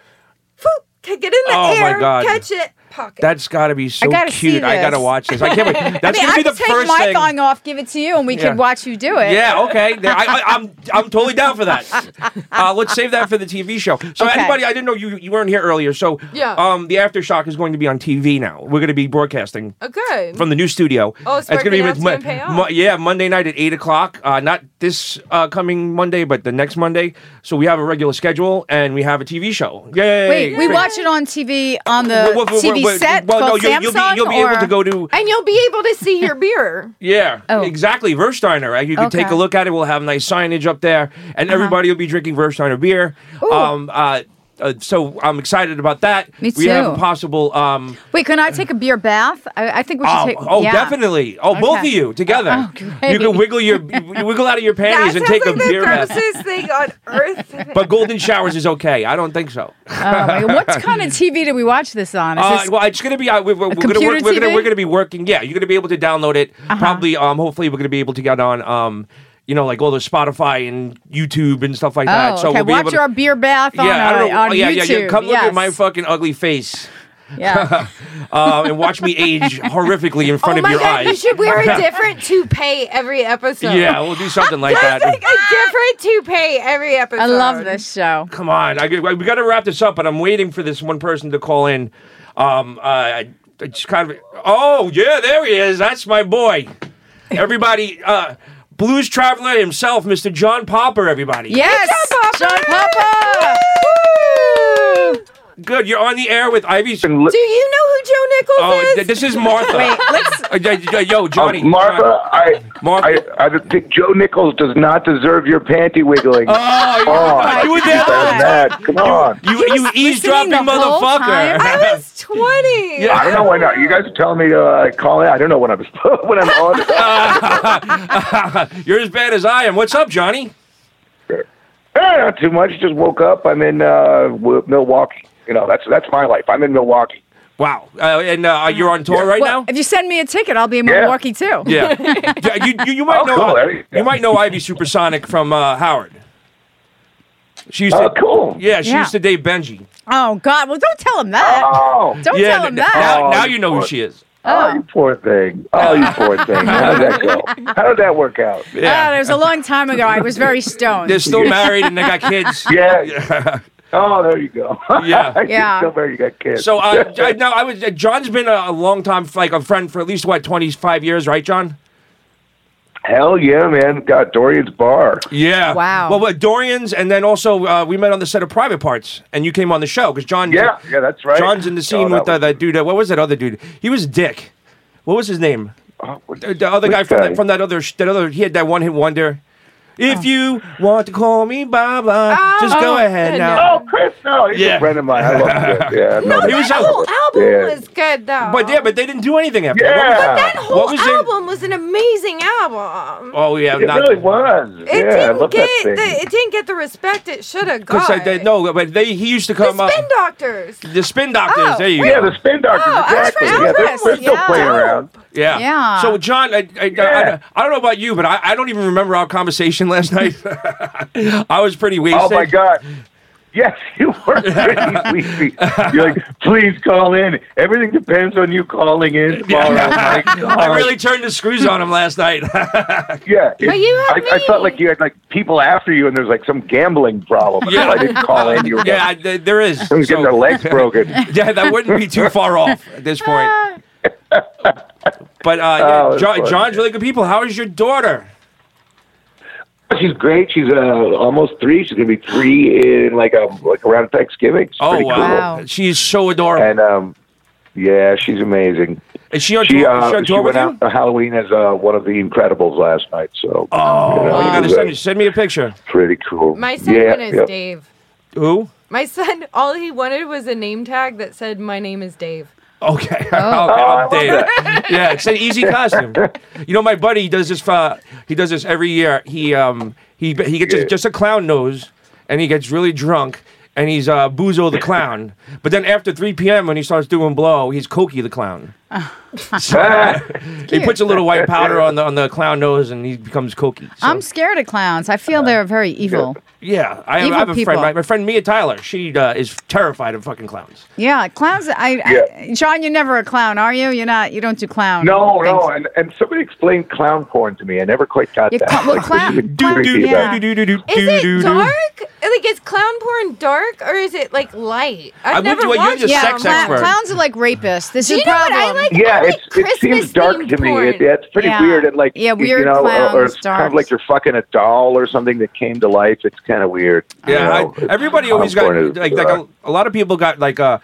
"Phoop, ca- get in the
Oh, my
air,
God.
catch it, pocket."
That's got to be so
gotta
cute.
see
I got to
this.
watch this. I can't wait. That's
I mean,
gonna
I
be the
could take
first
my
thing.
thong off, give it to you, and we
Yeah.
could watch you do it.
Yeah, okay. There- I, I, I'm I'm totally down for that. Uh, let's save that for the TV show. So
Okay.
anybody, I didn't know you you weren't here earlier. So
Yeah.
um, the aftershock is going to be on TV now. We're going to be broadcasting
oh, good.
from the new studio.
Oh, it's
gonna
working out to pay off.
yeah Monday night at eight o'clock. Uh, not this uh, coming Monday, but the next Monday. So we have a regular schedule and we have a TV show. Yay!
Wait, we
Great.
watch it on TV on the
Well, well, well,
TV
well,
set
well,
called
no, you, will be,
Samsung.
you'll be
or-
able to go to
and you'll be able to see your beer.
yeah,
Oh.
exactly. Versteiner. right? You can take
Okay. Uh-huh.
a look at it. We'll have nice signage up there, and everybody will be drinking Versteiner beer. Um, uh, uh, so I'm excited about that.
Me
We have a
too.
possible. Um,
Wait, can I take a beer bath? I, I think we should
oh,
take.
oh,
yeah.
definitely. Oh, both of
Okay.
you together.
Oh,
you
great.
can wiggle your you wiggle out of your panties
That
and
sounds
take
like
a
the
beer bath.
grossest thing on earth.
But golden showers is okay. I don't think so.
Oh, my God. What kind of TV do we watch this on? Is
Uh,
this-
well, it's gonna be uh, we, we're, we're gonna
computer Uh-huh.
work, we're gonna
TV?
we're gonna be working. Yeah, you're gonna be able to download it. Probably, um, hopefully, we're gonna be able to get on, um, you know, like all the Spotify and YouTube and stuff like that.
oh,
So
okay.
we'll be
watch
able to.
our beer bath on, uh,
yeah, I don't know.
on
oh, yeah, yeah,
YouTube.
yeah. Come look at my
Yes.
fucking ugly face,
Yeah.
uh, and watch me age horrifically in front
Oh
of
my
your
god, you
eyes.
should wear a different toupee every episode.
Yeah, we'll do something like that.
Like a different toupee every episode.
I love this show.
Come on, I, we got to wrap this up. But I'm waiting for this one person to call in. Um, uh, I, I just kind of. Oh yeah, there he is. That's my boy. Everybody, uh, blues traveler himself, Mr. John Popper. Everybody.
Yes,
Good job,
John Papa.
Good. You're on the air with Ivy.
Do you know who Joe Nichols
Oh,
is?
th- this is Martha.
Wait, let's.
Uh, y- y- yo, Johnny.
Uh, Martha, I,
Martha.
I, I don't think Joe Nichols does not deserve your panty wiggling.
Oh, you-
oh,
you were
better
there.
than that. Come on.
You, you eavesdropping
the whole
motherfucker.
time?
I was 20.
I don't know why not. You guys are telling me to uh, call in. I don't know when I'm when I'm on.
You're as bad as I am. What's up, Johnny?
Eh, not too much. Just woke up. I'm in uh, Wi- Milwaukee. You know, that's that's my life. I'm in Milwaukee.
Wow. Uh, and uh, you're on tour right
Well,
now?
if you send me a ticket, I'll be in
Yeah.
Milwaukee too.
Yeah, Yeah, you, you, you might
Oh,
know
cool. There you go.
you might know Ivy Supersonic from uh, Howard. She used to,
Oh, cool.
Yeah, she
Yeah.
used to date Benji.
Oh God! Well, don't tell him that.
Oh,
don't
yeah,
tell him
n-
that.
Now,
Oh,
now
you
you know who
poor-
she is.
oh, you poor thing. Oh, you poor thing. How did that go? How did that work out?
Oh, it
Yeah,
was a long time ago. I was very stoned.
they're still married and they got kids.
Yeah. Oh, there you go.
Yeah.
Yeah.
Still there. You got kids.
So uh, I, no, I was uh, John's been a, a long time like a friend for at least what twenty five years, right, John?
Hell yeah, man. Got Dorian's bar.
Yeah.
Wow.
Well, but Dorian's, and then also uh, we met on the set of Private Parts, and you came on the show because John.
Yeah, yeah, that's right.
John's in the scene
Oh, that
with uh,
was-
that dude. uh, What was that other dude? He was Dick. What was his name? uh, The- the other guy
Which
from
guy?
that, from that other sh- that other he had that one hit wonder. If
Oh.
you want to call me blah blah, just go ahead now.
Oh, Chris, no, he's
Yeah.
a friend of mine. I love Chris. Yeah, no,
He was
That
out.
whole album
Yeah.
was good though.
But yeah, but they didn't do anything after.
Yeah.
What was-
But
that
uh,
whole
what was it-
album was an amazing album.
Oh yeah,
It
not
really was.
It
yeah, I
didn't
love
get
that thing.
the, it didn't get the respect it should have
because
got.
they no, but they he used to
the
come up.
Spin Doctors.
The spin doctors.
Oh,
there you
yeah,
go.
the spin doctors.
Oh, I was
exactly.
trying to
Yeah, they're,
press,
they're still
yeah.
playing around.
Yeah.
Yeah.
So, John, I, I,
Yeah.
I, I don't know about you, but I, I don't even remember our conversation last night. I was pretty wasted.
Oh my God. Yes, you were pretty sleepy. You're like, please call in. Everything depends on you calling in tomorrow. My
I
God.
really turned the screws on him last night.
yeah. it-
But you had
I, I felt
me.
like you had like people after you, and there's like some gambling problem.
Yeah.
Yeah. I didn't call in. You were
yeah, I,
like,
th- there is.
someone's getting their
So-
legs broken.
yeah, that wouldn't be too far off at this point. But uh, yeah,
Oh, that's
John,
funny.
John's really good people. How is your daughter?
She's great. She's uh, almost three. She's gonna be three in like um like around Thanksgiving. It's
Oh
pretty cool.
wow,
Wow.
she's so adorable.
And um, yeah, she's amazing.
is she on tour?
She,
is she
uh,
on
she
tour with
went
you?
out for Halloween as uh, one of the Incredibles last night. So
Oh, you gotta
she's, uh,
send, me- send me a picture.
pretty cool.
My son
yeah,
is
yeah.
Dave.
Who?
My son, all he wanted was a name tag that said, "My name is Dave."
Okay,
Oh.
okay, I'm Dave. Yeah, it's an easy costume. You know, my buddy he does this. For, he does this every year. He um he he gets
Yeah.
just a clown nose, and he gets really drunk, and he's uh, Boozle the clown. But then after 3 p.m. when he starts doing blow, he's Cokie the clown. So, he puts a little white powder on the on the clown nose, and he becomes Cokie. So,
I'm scared of clowns. I feel they're very evil.
yeah, I, I
evil
have a
people.
friend. My, my friend Mia Tyler. She uh, is terrified of fucking clowns.
Yeah, clowns. I, I John, you're never a clown, are you? You're not. You don't do clown.
No,
things.
no, and, and somebody explained clown porn to me. I never quite got
Yeah,
that.
cl- well,
Like, what
clown-
is
clown-
crazy
do,
about
yeah.
do, do, do, do,
Is
do,
it
do, do.
dark? Like, is clown porn dark or is it like light? I've
I would-
never
well, you're
watched
the
Yeah,
sex
cla-
expert.
clowns are like rapists. This
Do
is
you
the
know what I
problem.
like? I
Yeah, it's, it seems
Christmas-themed
dark to me.
porn.
It, it's pretty
Yeah.
weird and like
Yeah,
you-
weird
you know, or, or
clowns,
it's kind
dark.
of like you're fucking a doll or something that came to life. It's kind of weird. you
Yeah,
know?
I,
It's-
everybody
clown
always got
porn is,
like, like
uh,
a, a lot of people got like uh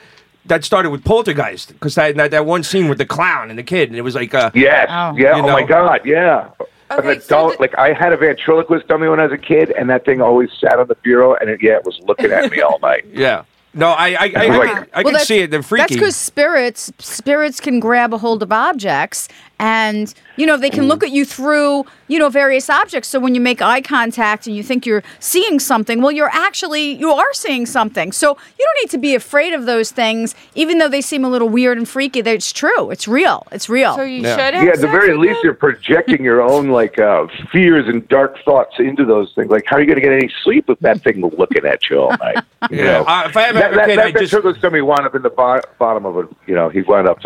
that started with Poltergeist because that, that that one scene with the clown and the kid and it was like uh
Yes.
Oh.
yeah.
You
Oh my
know.
God. Yeah.
Okay,
an
so
adult,
the-
like I had a ventriloquist dummy when I was a kid, and that thing always sat on the bureau, and it, yeah, it was looking at me all night.
yeah no I I I, I,
Right.
could- I
Well,
could
that's-
see it they're
That's
freaky
because spirits spirits can grab a hold of objects, and you know they can look at you through you know various objects. So when you make eye contact and you think you're seeing something, well, you're actually you are seeing something. So you don't need to be afraid of those things, even though they seem a little weird and freaky. That it's true. It's real. It's real.
So you
Yeah.
should have.
Yeah, at the
sex
very
with
least,
them?
you're projecting your own like uh, fears and dark thoughts into those things. Like, how are you going to get any sleep with that thing looking at you all night? You
Yeah,
know?
uh, if I ever have
that,
a
that,
kid,
that
I just-
ventriloquist dummy wound up in the bo- bottom of a, you know, he wound up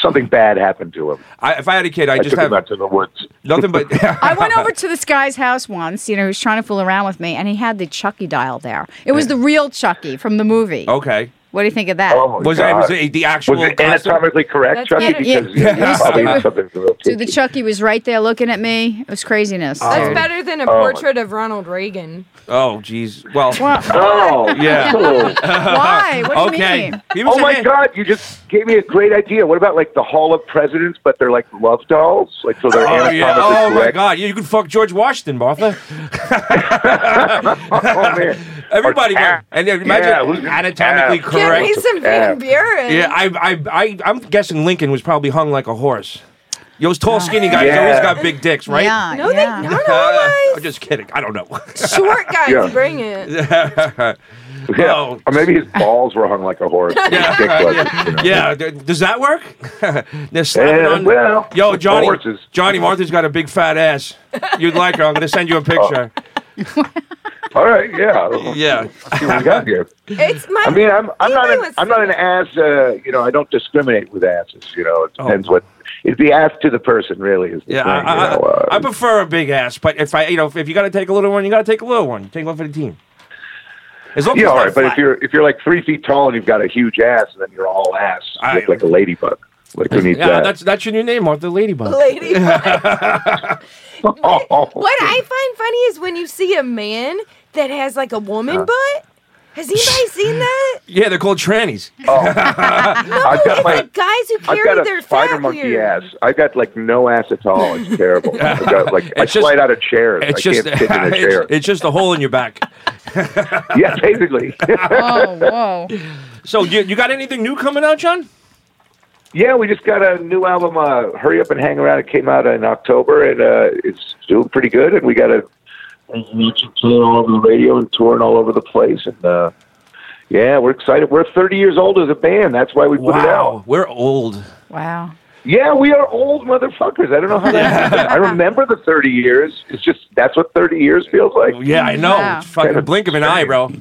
something bad happened to him.
I, if I had a kid I,
I
just
took him
have
out to the woods.
nothing but
I went over to this guy's house once, you know, he was trying to fool around with me, and he had the Chucky dial there. It was the real Chucky from the movie.
okay
What do you think of that?
Oh, my
was it
God.
was it the actual
Was it
costume?
anatomically correct,
That's
Chucky?
better.
Yeah.
Because yeah,
Yeah.
it's probably not something real.
Dude, the Chucky was right there looking at me. It was craziness.
That's
dude.
better than a portrait of Ronald Reagan.
oh jeez well
Oh,
Yeah.
cool.
Why? What do you
okay
mean?
He was
Oh
a-
my God! You just gave me a great idea. What about like the Hall of Presidents, but they're like love dolls, like so they're
Oh,
anatomically
yeah. oh my
correct.
God! You could fuck George Washington, Martha.
oh man!
Everybody,
Or
would.
tab.
and
Yeah,
imagine
who's-
anatomically
tab.
Give
correct.
me some
Yeah.
Van Buren.
Yeah, I, I, I, I'm guessing Lincoln was probably hung like a horse. Those tall, skinny guys
Yeah.
always got big dicks, right?
Yeah.
No,
yeah.
they not
Uh,
always.
I'm just kidding. I don't know.
Short guys,
Yeah.
bring it.
Yeah.
Oh.
Or maybe his balls were hung like a horse. His dick wasn't, you know.
yeah, d- does that work? They're slapping
Yeah,
on.
well,
Yo, Johnny,
horses.
Johnny Martha's got a big fat ass. You'd like her. I'm gonna
Oh.
send you a picture.
All right. Yeah. Let's
Yeah,
see what we got here.
It's my.
I mean, I'm I'm not
Anyway,
an,
let's
I'm not an
see.
ass. Uh, you know, I don't discriminate with asses. You know, it depends what. It'd be ass to the person, really. Is the
Oh. yeah.
thing,
I,
you
I,
know, uh,
I prefer a big ass, but if I, you know, if, if you gotta take a little one, you gotta take a little one. Take one for the team. As long as
Yeah,
it's
all
not
right, but if
flat.
you're if you're like three feet tall and you've got a huge ass, then you're all ass,
I-
like, like a ladybug. Like who needs
yeah,
that?
that's that's your new name, Martha Ladybug.
Lady.
oh,
What I find funny is when you see a man that has like a woman butt. Has anybody seen that?
yeah, they're called trannies.
I've got
It's
my
like guys who
I've
carry
got
their
a spider
fat
monkey
weird.
ass. I've got like no ass at all. It's terrible. I've got like I
It's just-
slide out of chairs. I
It's just
can't sit in a chair.
it's, it's just a hole in your back.
yeah, basically.
Oh, whoa.
So you, you got anything new coming out, John?
Yeah, we just got a new album, uh, Hurry Up and Hang Around. It came out in October, and uh, it's doing pretty good. And we got a a YouTube channel all over the radio and touring all over the place. And uh, yeah, we're excited. We're 30 years old as a band. That's why we put it out.
Wow, we're old.
Wow.
Yeah, we are old motherfuckers. I don't know how that happened. I remember the 30 years. It's just that's what 30 years feels like.
Yeah, I know.
Wow.
It's fucking blink of an eye, bro.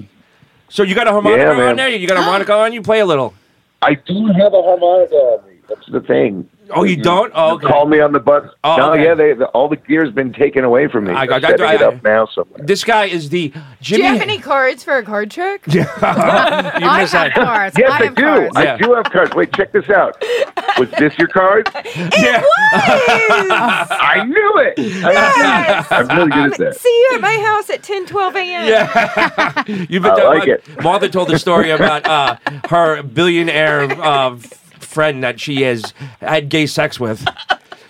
So you got a harmonica
Yeah,
on
man.
there? You got a harmonica on you? Play a little.
I do have a harmonica on me. That's the thing.
Oh, you don't? Oh, okay.
Call me on the bus.
Oh,
no,
okay.
yeah, they, the, all the gear's been taken away from me.
I got-
They're
I-
setting it
I-
up now somewhere.
This guy is the
Do
Jimmy.
you have any cards for a card trick?
You
I
missed that.
have cards.
Yes,
I
I,
have
do.
cards.
I
Yeah.
do have cards. Wait, check this out. Was this your card?
Yeah.
I knew it. I, I'm really good at that.
See you at my house at 10, 12 a.m.
You've been
I
talking about-
like it.
Martha told the story about uh, her billionaire uh, f- friend that she has had gay sex with.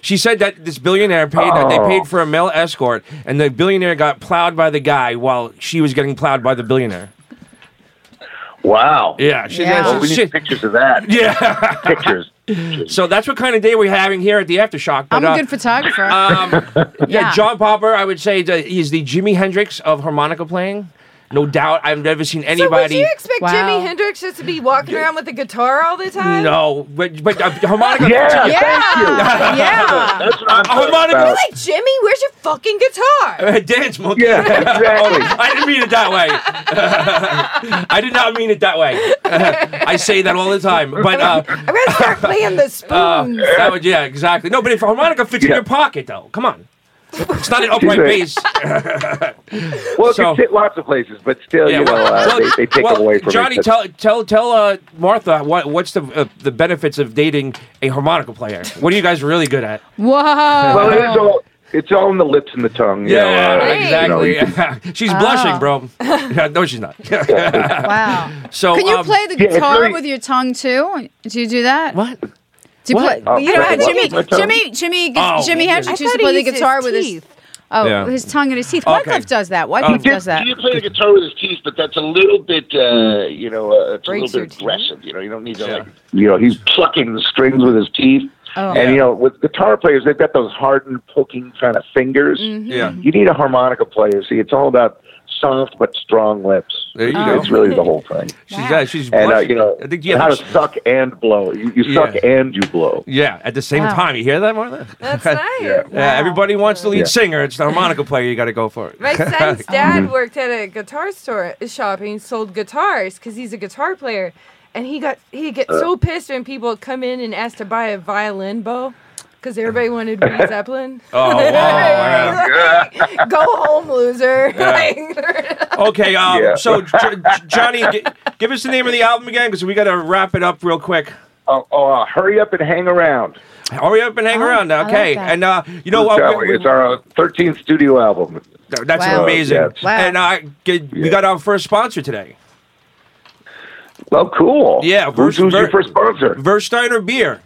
She said that this billionaire paid that they
Oh.
paid for a male escort, and the billionaire got plowed by the guy while she was getting plowed by the billionaire.
Wow.
Yeah, she,
Yeah.
Oh, we need
she-
pictures of that.
yeah.
Pictures.
So that's what kind of day we're having here at the aftershock. But,
I'm a
uh, um,
good photographer.
yeah,
yeah.
John Popper, I would say that he's the Jimi Hendrix of harmonica playing. No doubt, I've never seen
So would
anybody.
you expect
Wow.
Jimi Hendrix just to be walking around with a guitar all the time?
no, but, but uh, harmonica.
Yeah,
Yeah.
thank you.
yeah.
That's what I'm talking
harmonica-
about.
Like Jimmy, where's your fucking guitar?
Uh, Dance monkey. Oh,
Yeah, exactly.
I didn't mean it that way. I did not mean it that way. I say that all the time, but uh,
I'm gonna start playing the spoons.
that would yeah, exactly. No, but if a harmonica fits in
Yeah.
your pocket, though, come on, it's not an upright
right.
bass.
Well, it
So-
can fit lots of places, but still, you know, uh,
well,
they, they take
well,
it away from
Johnny,
it.
tell tell tell uh, Martha what what's the uh, the benefits of dating a harmonica player? What are you guys really good at?
Whoa.
Well, it is all. It's all in the lips and the tongue. you know, uh, you know,
Oh. exactly.
you can-
she's blushing, bro. Yeah, no, she's not.
wow.
so
Can you
um,
play the
yeah, it's
guitar
really-
with your tongue too? Do you do that?
what?
Do you
What?
play?
Oh,
you know
play
how
what
Jimmy,
with my tongue?
Jimmy, Jimmy,
Oh.
Jimmy Hendrix
I
used to
thought he
play the
used his
guitar with his
teeth.
oh
Yeah.
his tongue and his teeth.
Okay.
Wycliffe does that. Wycliffe
Okay.
does that.
You play the guitar with his teeth, but that's a little bit, uh, you know, uh, it's a
Breaks
little
your
bit
teeth?
aggressive. You know, you don't need to like.
Mm. you know, he's plucking the strings with his teeth.
Oh.
And you know, with guitar players, they've got those hardened, poking kind of fingers.
Yeah.
You need a harmonica player. See, it's all about soft but strong lips.
There you
It's-
go.
It's really the whole thing.
She's
Wow.
yeah, she's
And uh,
blushing.
you know,
I think yeah,
how
that's-
to suck and blow. You, you
Yeah.
suck and you blow.
yeah, at the same
Wow.
time. You hear that, Martha?
That's nice.
Yeah, everybody wants the lead
Yeah.
singer. It's the harmonica player. You got to go for it.
My son's
Mm-hmm.
dad worked at a guitar store uh, shop and he sold guitars because he's a guitar player. And he got he gets
Uh.
so pissed when people come in and ask to buy a violin bow because everybody wanted Led Zeppelin.
Oh, wow.
Like, Go home, loser. Like,
Okay, um,
Yeah.
so J- J- Johnny, g- give us the name of the album again because we got to wrap it up real quick.
Oh, oh, uh, hurry up and hang around.
Hurry up and hang
Oh,
around.
I like
Okay,
that.
and uh, you know what?
It's our- it's our uh, thirteenth studio album.
that's
Wow.
amazing.
Yeah.
Wow.
And uh, g- we
Yeah.
got our first sponsor today,
Well, cool.
Yeah,
who's,
Verse-
who's your
Ver-
first sponsor?
Versteiner Beer.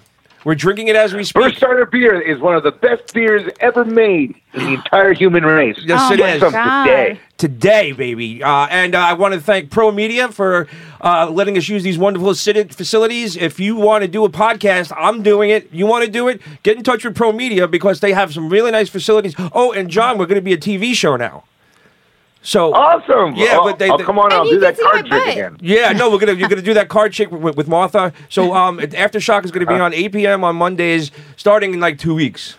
We're drinking it as we speak.
First Starter Beer is one of the best beers ever made in the entire human race.
Yes,
Oh
it
my
is.
Some
God.
today.
today, baby. Uh, and uh, I want to thank Pro Media for uh, letting us use these wonderful citi- facilities. If you want to do a podcast, I'm doing it. You want to do it? Get in touch with Pro Media because they have some really nice facilities. Oh, and John, we're going to be a TV show now. So
Awesome.
Yeah,
Oh,
but they-
oh,
they-
come on,
And
I'll
you
do
can
that
see
card
my
trick
butt.
again.
Yeah, no, we're gonna you're gonna do that card chick with, with Martha. So um, aftershock is gonna
Uh.
be on 8 p.m. on Mondays, starting in like two weeks.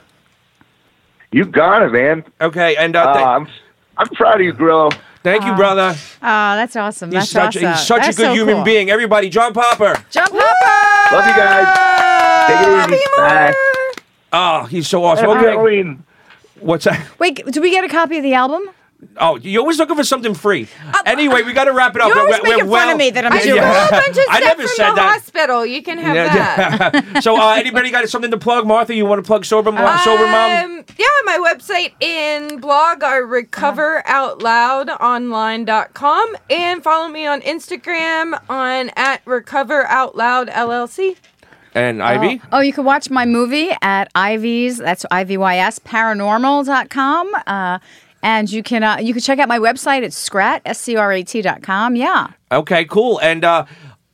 You got it, man.
Okay, and
Uh,
uh, th-
I'm, I'm proud of you, Grillo.
thank you, brother.
Oh, that's awesome.
He's
That's
such,
awesome.
he's such a
That's
good
so
human
cool.
being. Everybody, John Popper.
Jump Hopper.
Love you guys. Take it easy. Bye.
Oh, he's so awesome.
Happy
Okay,
Halloween.
what's that?
Wait, do we get a copy of the album?
Oh, you're always looking for something free. anyway, we got to wrap it up.
Oh, You're
We're-
always
we're
making fun
well-
of me that I'm
I
doing.
stole a bunch of
I
stuff
never
from
said
the
that.
hospital. You can have
Yeah,
that.
yeah. so, uh, anybody got something to plug? Martha, you want to plug sober, Mo- sober mom?
Um, yeah, my website and blog are recoveroutloudonline.com and follow me on Instagram on at recoveroutloudllc.
And Ivy.
Oh, you can watch my movie at Ivy's. That's IVYS paranormal.com. Uh, and you can uh, you can check out my website at scrat s c r a t dot com. Yeah.
Okay, cool. And uh,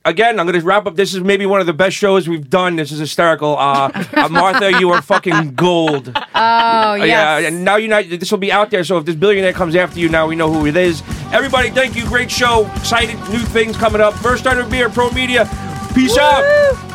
again, I'm going to wrap up. This is maybe one of the best shows we've done. This is hysterical. Uh, uh, Martha, you are fucking gold.
Oh, yes.
Uh, Yeah, and now you know this will be out there. So if this billionaire comes after you, now we know who it is. Everybody, thank you. Great show. Excited new things coming up. First starter beer, pro media. Peace out.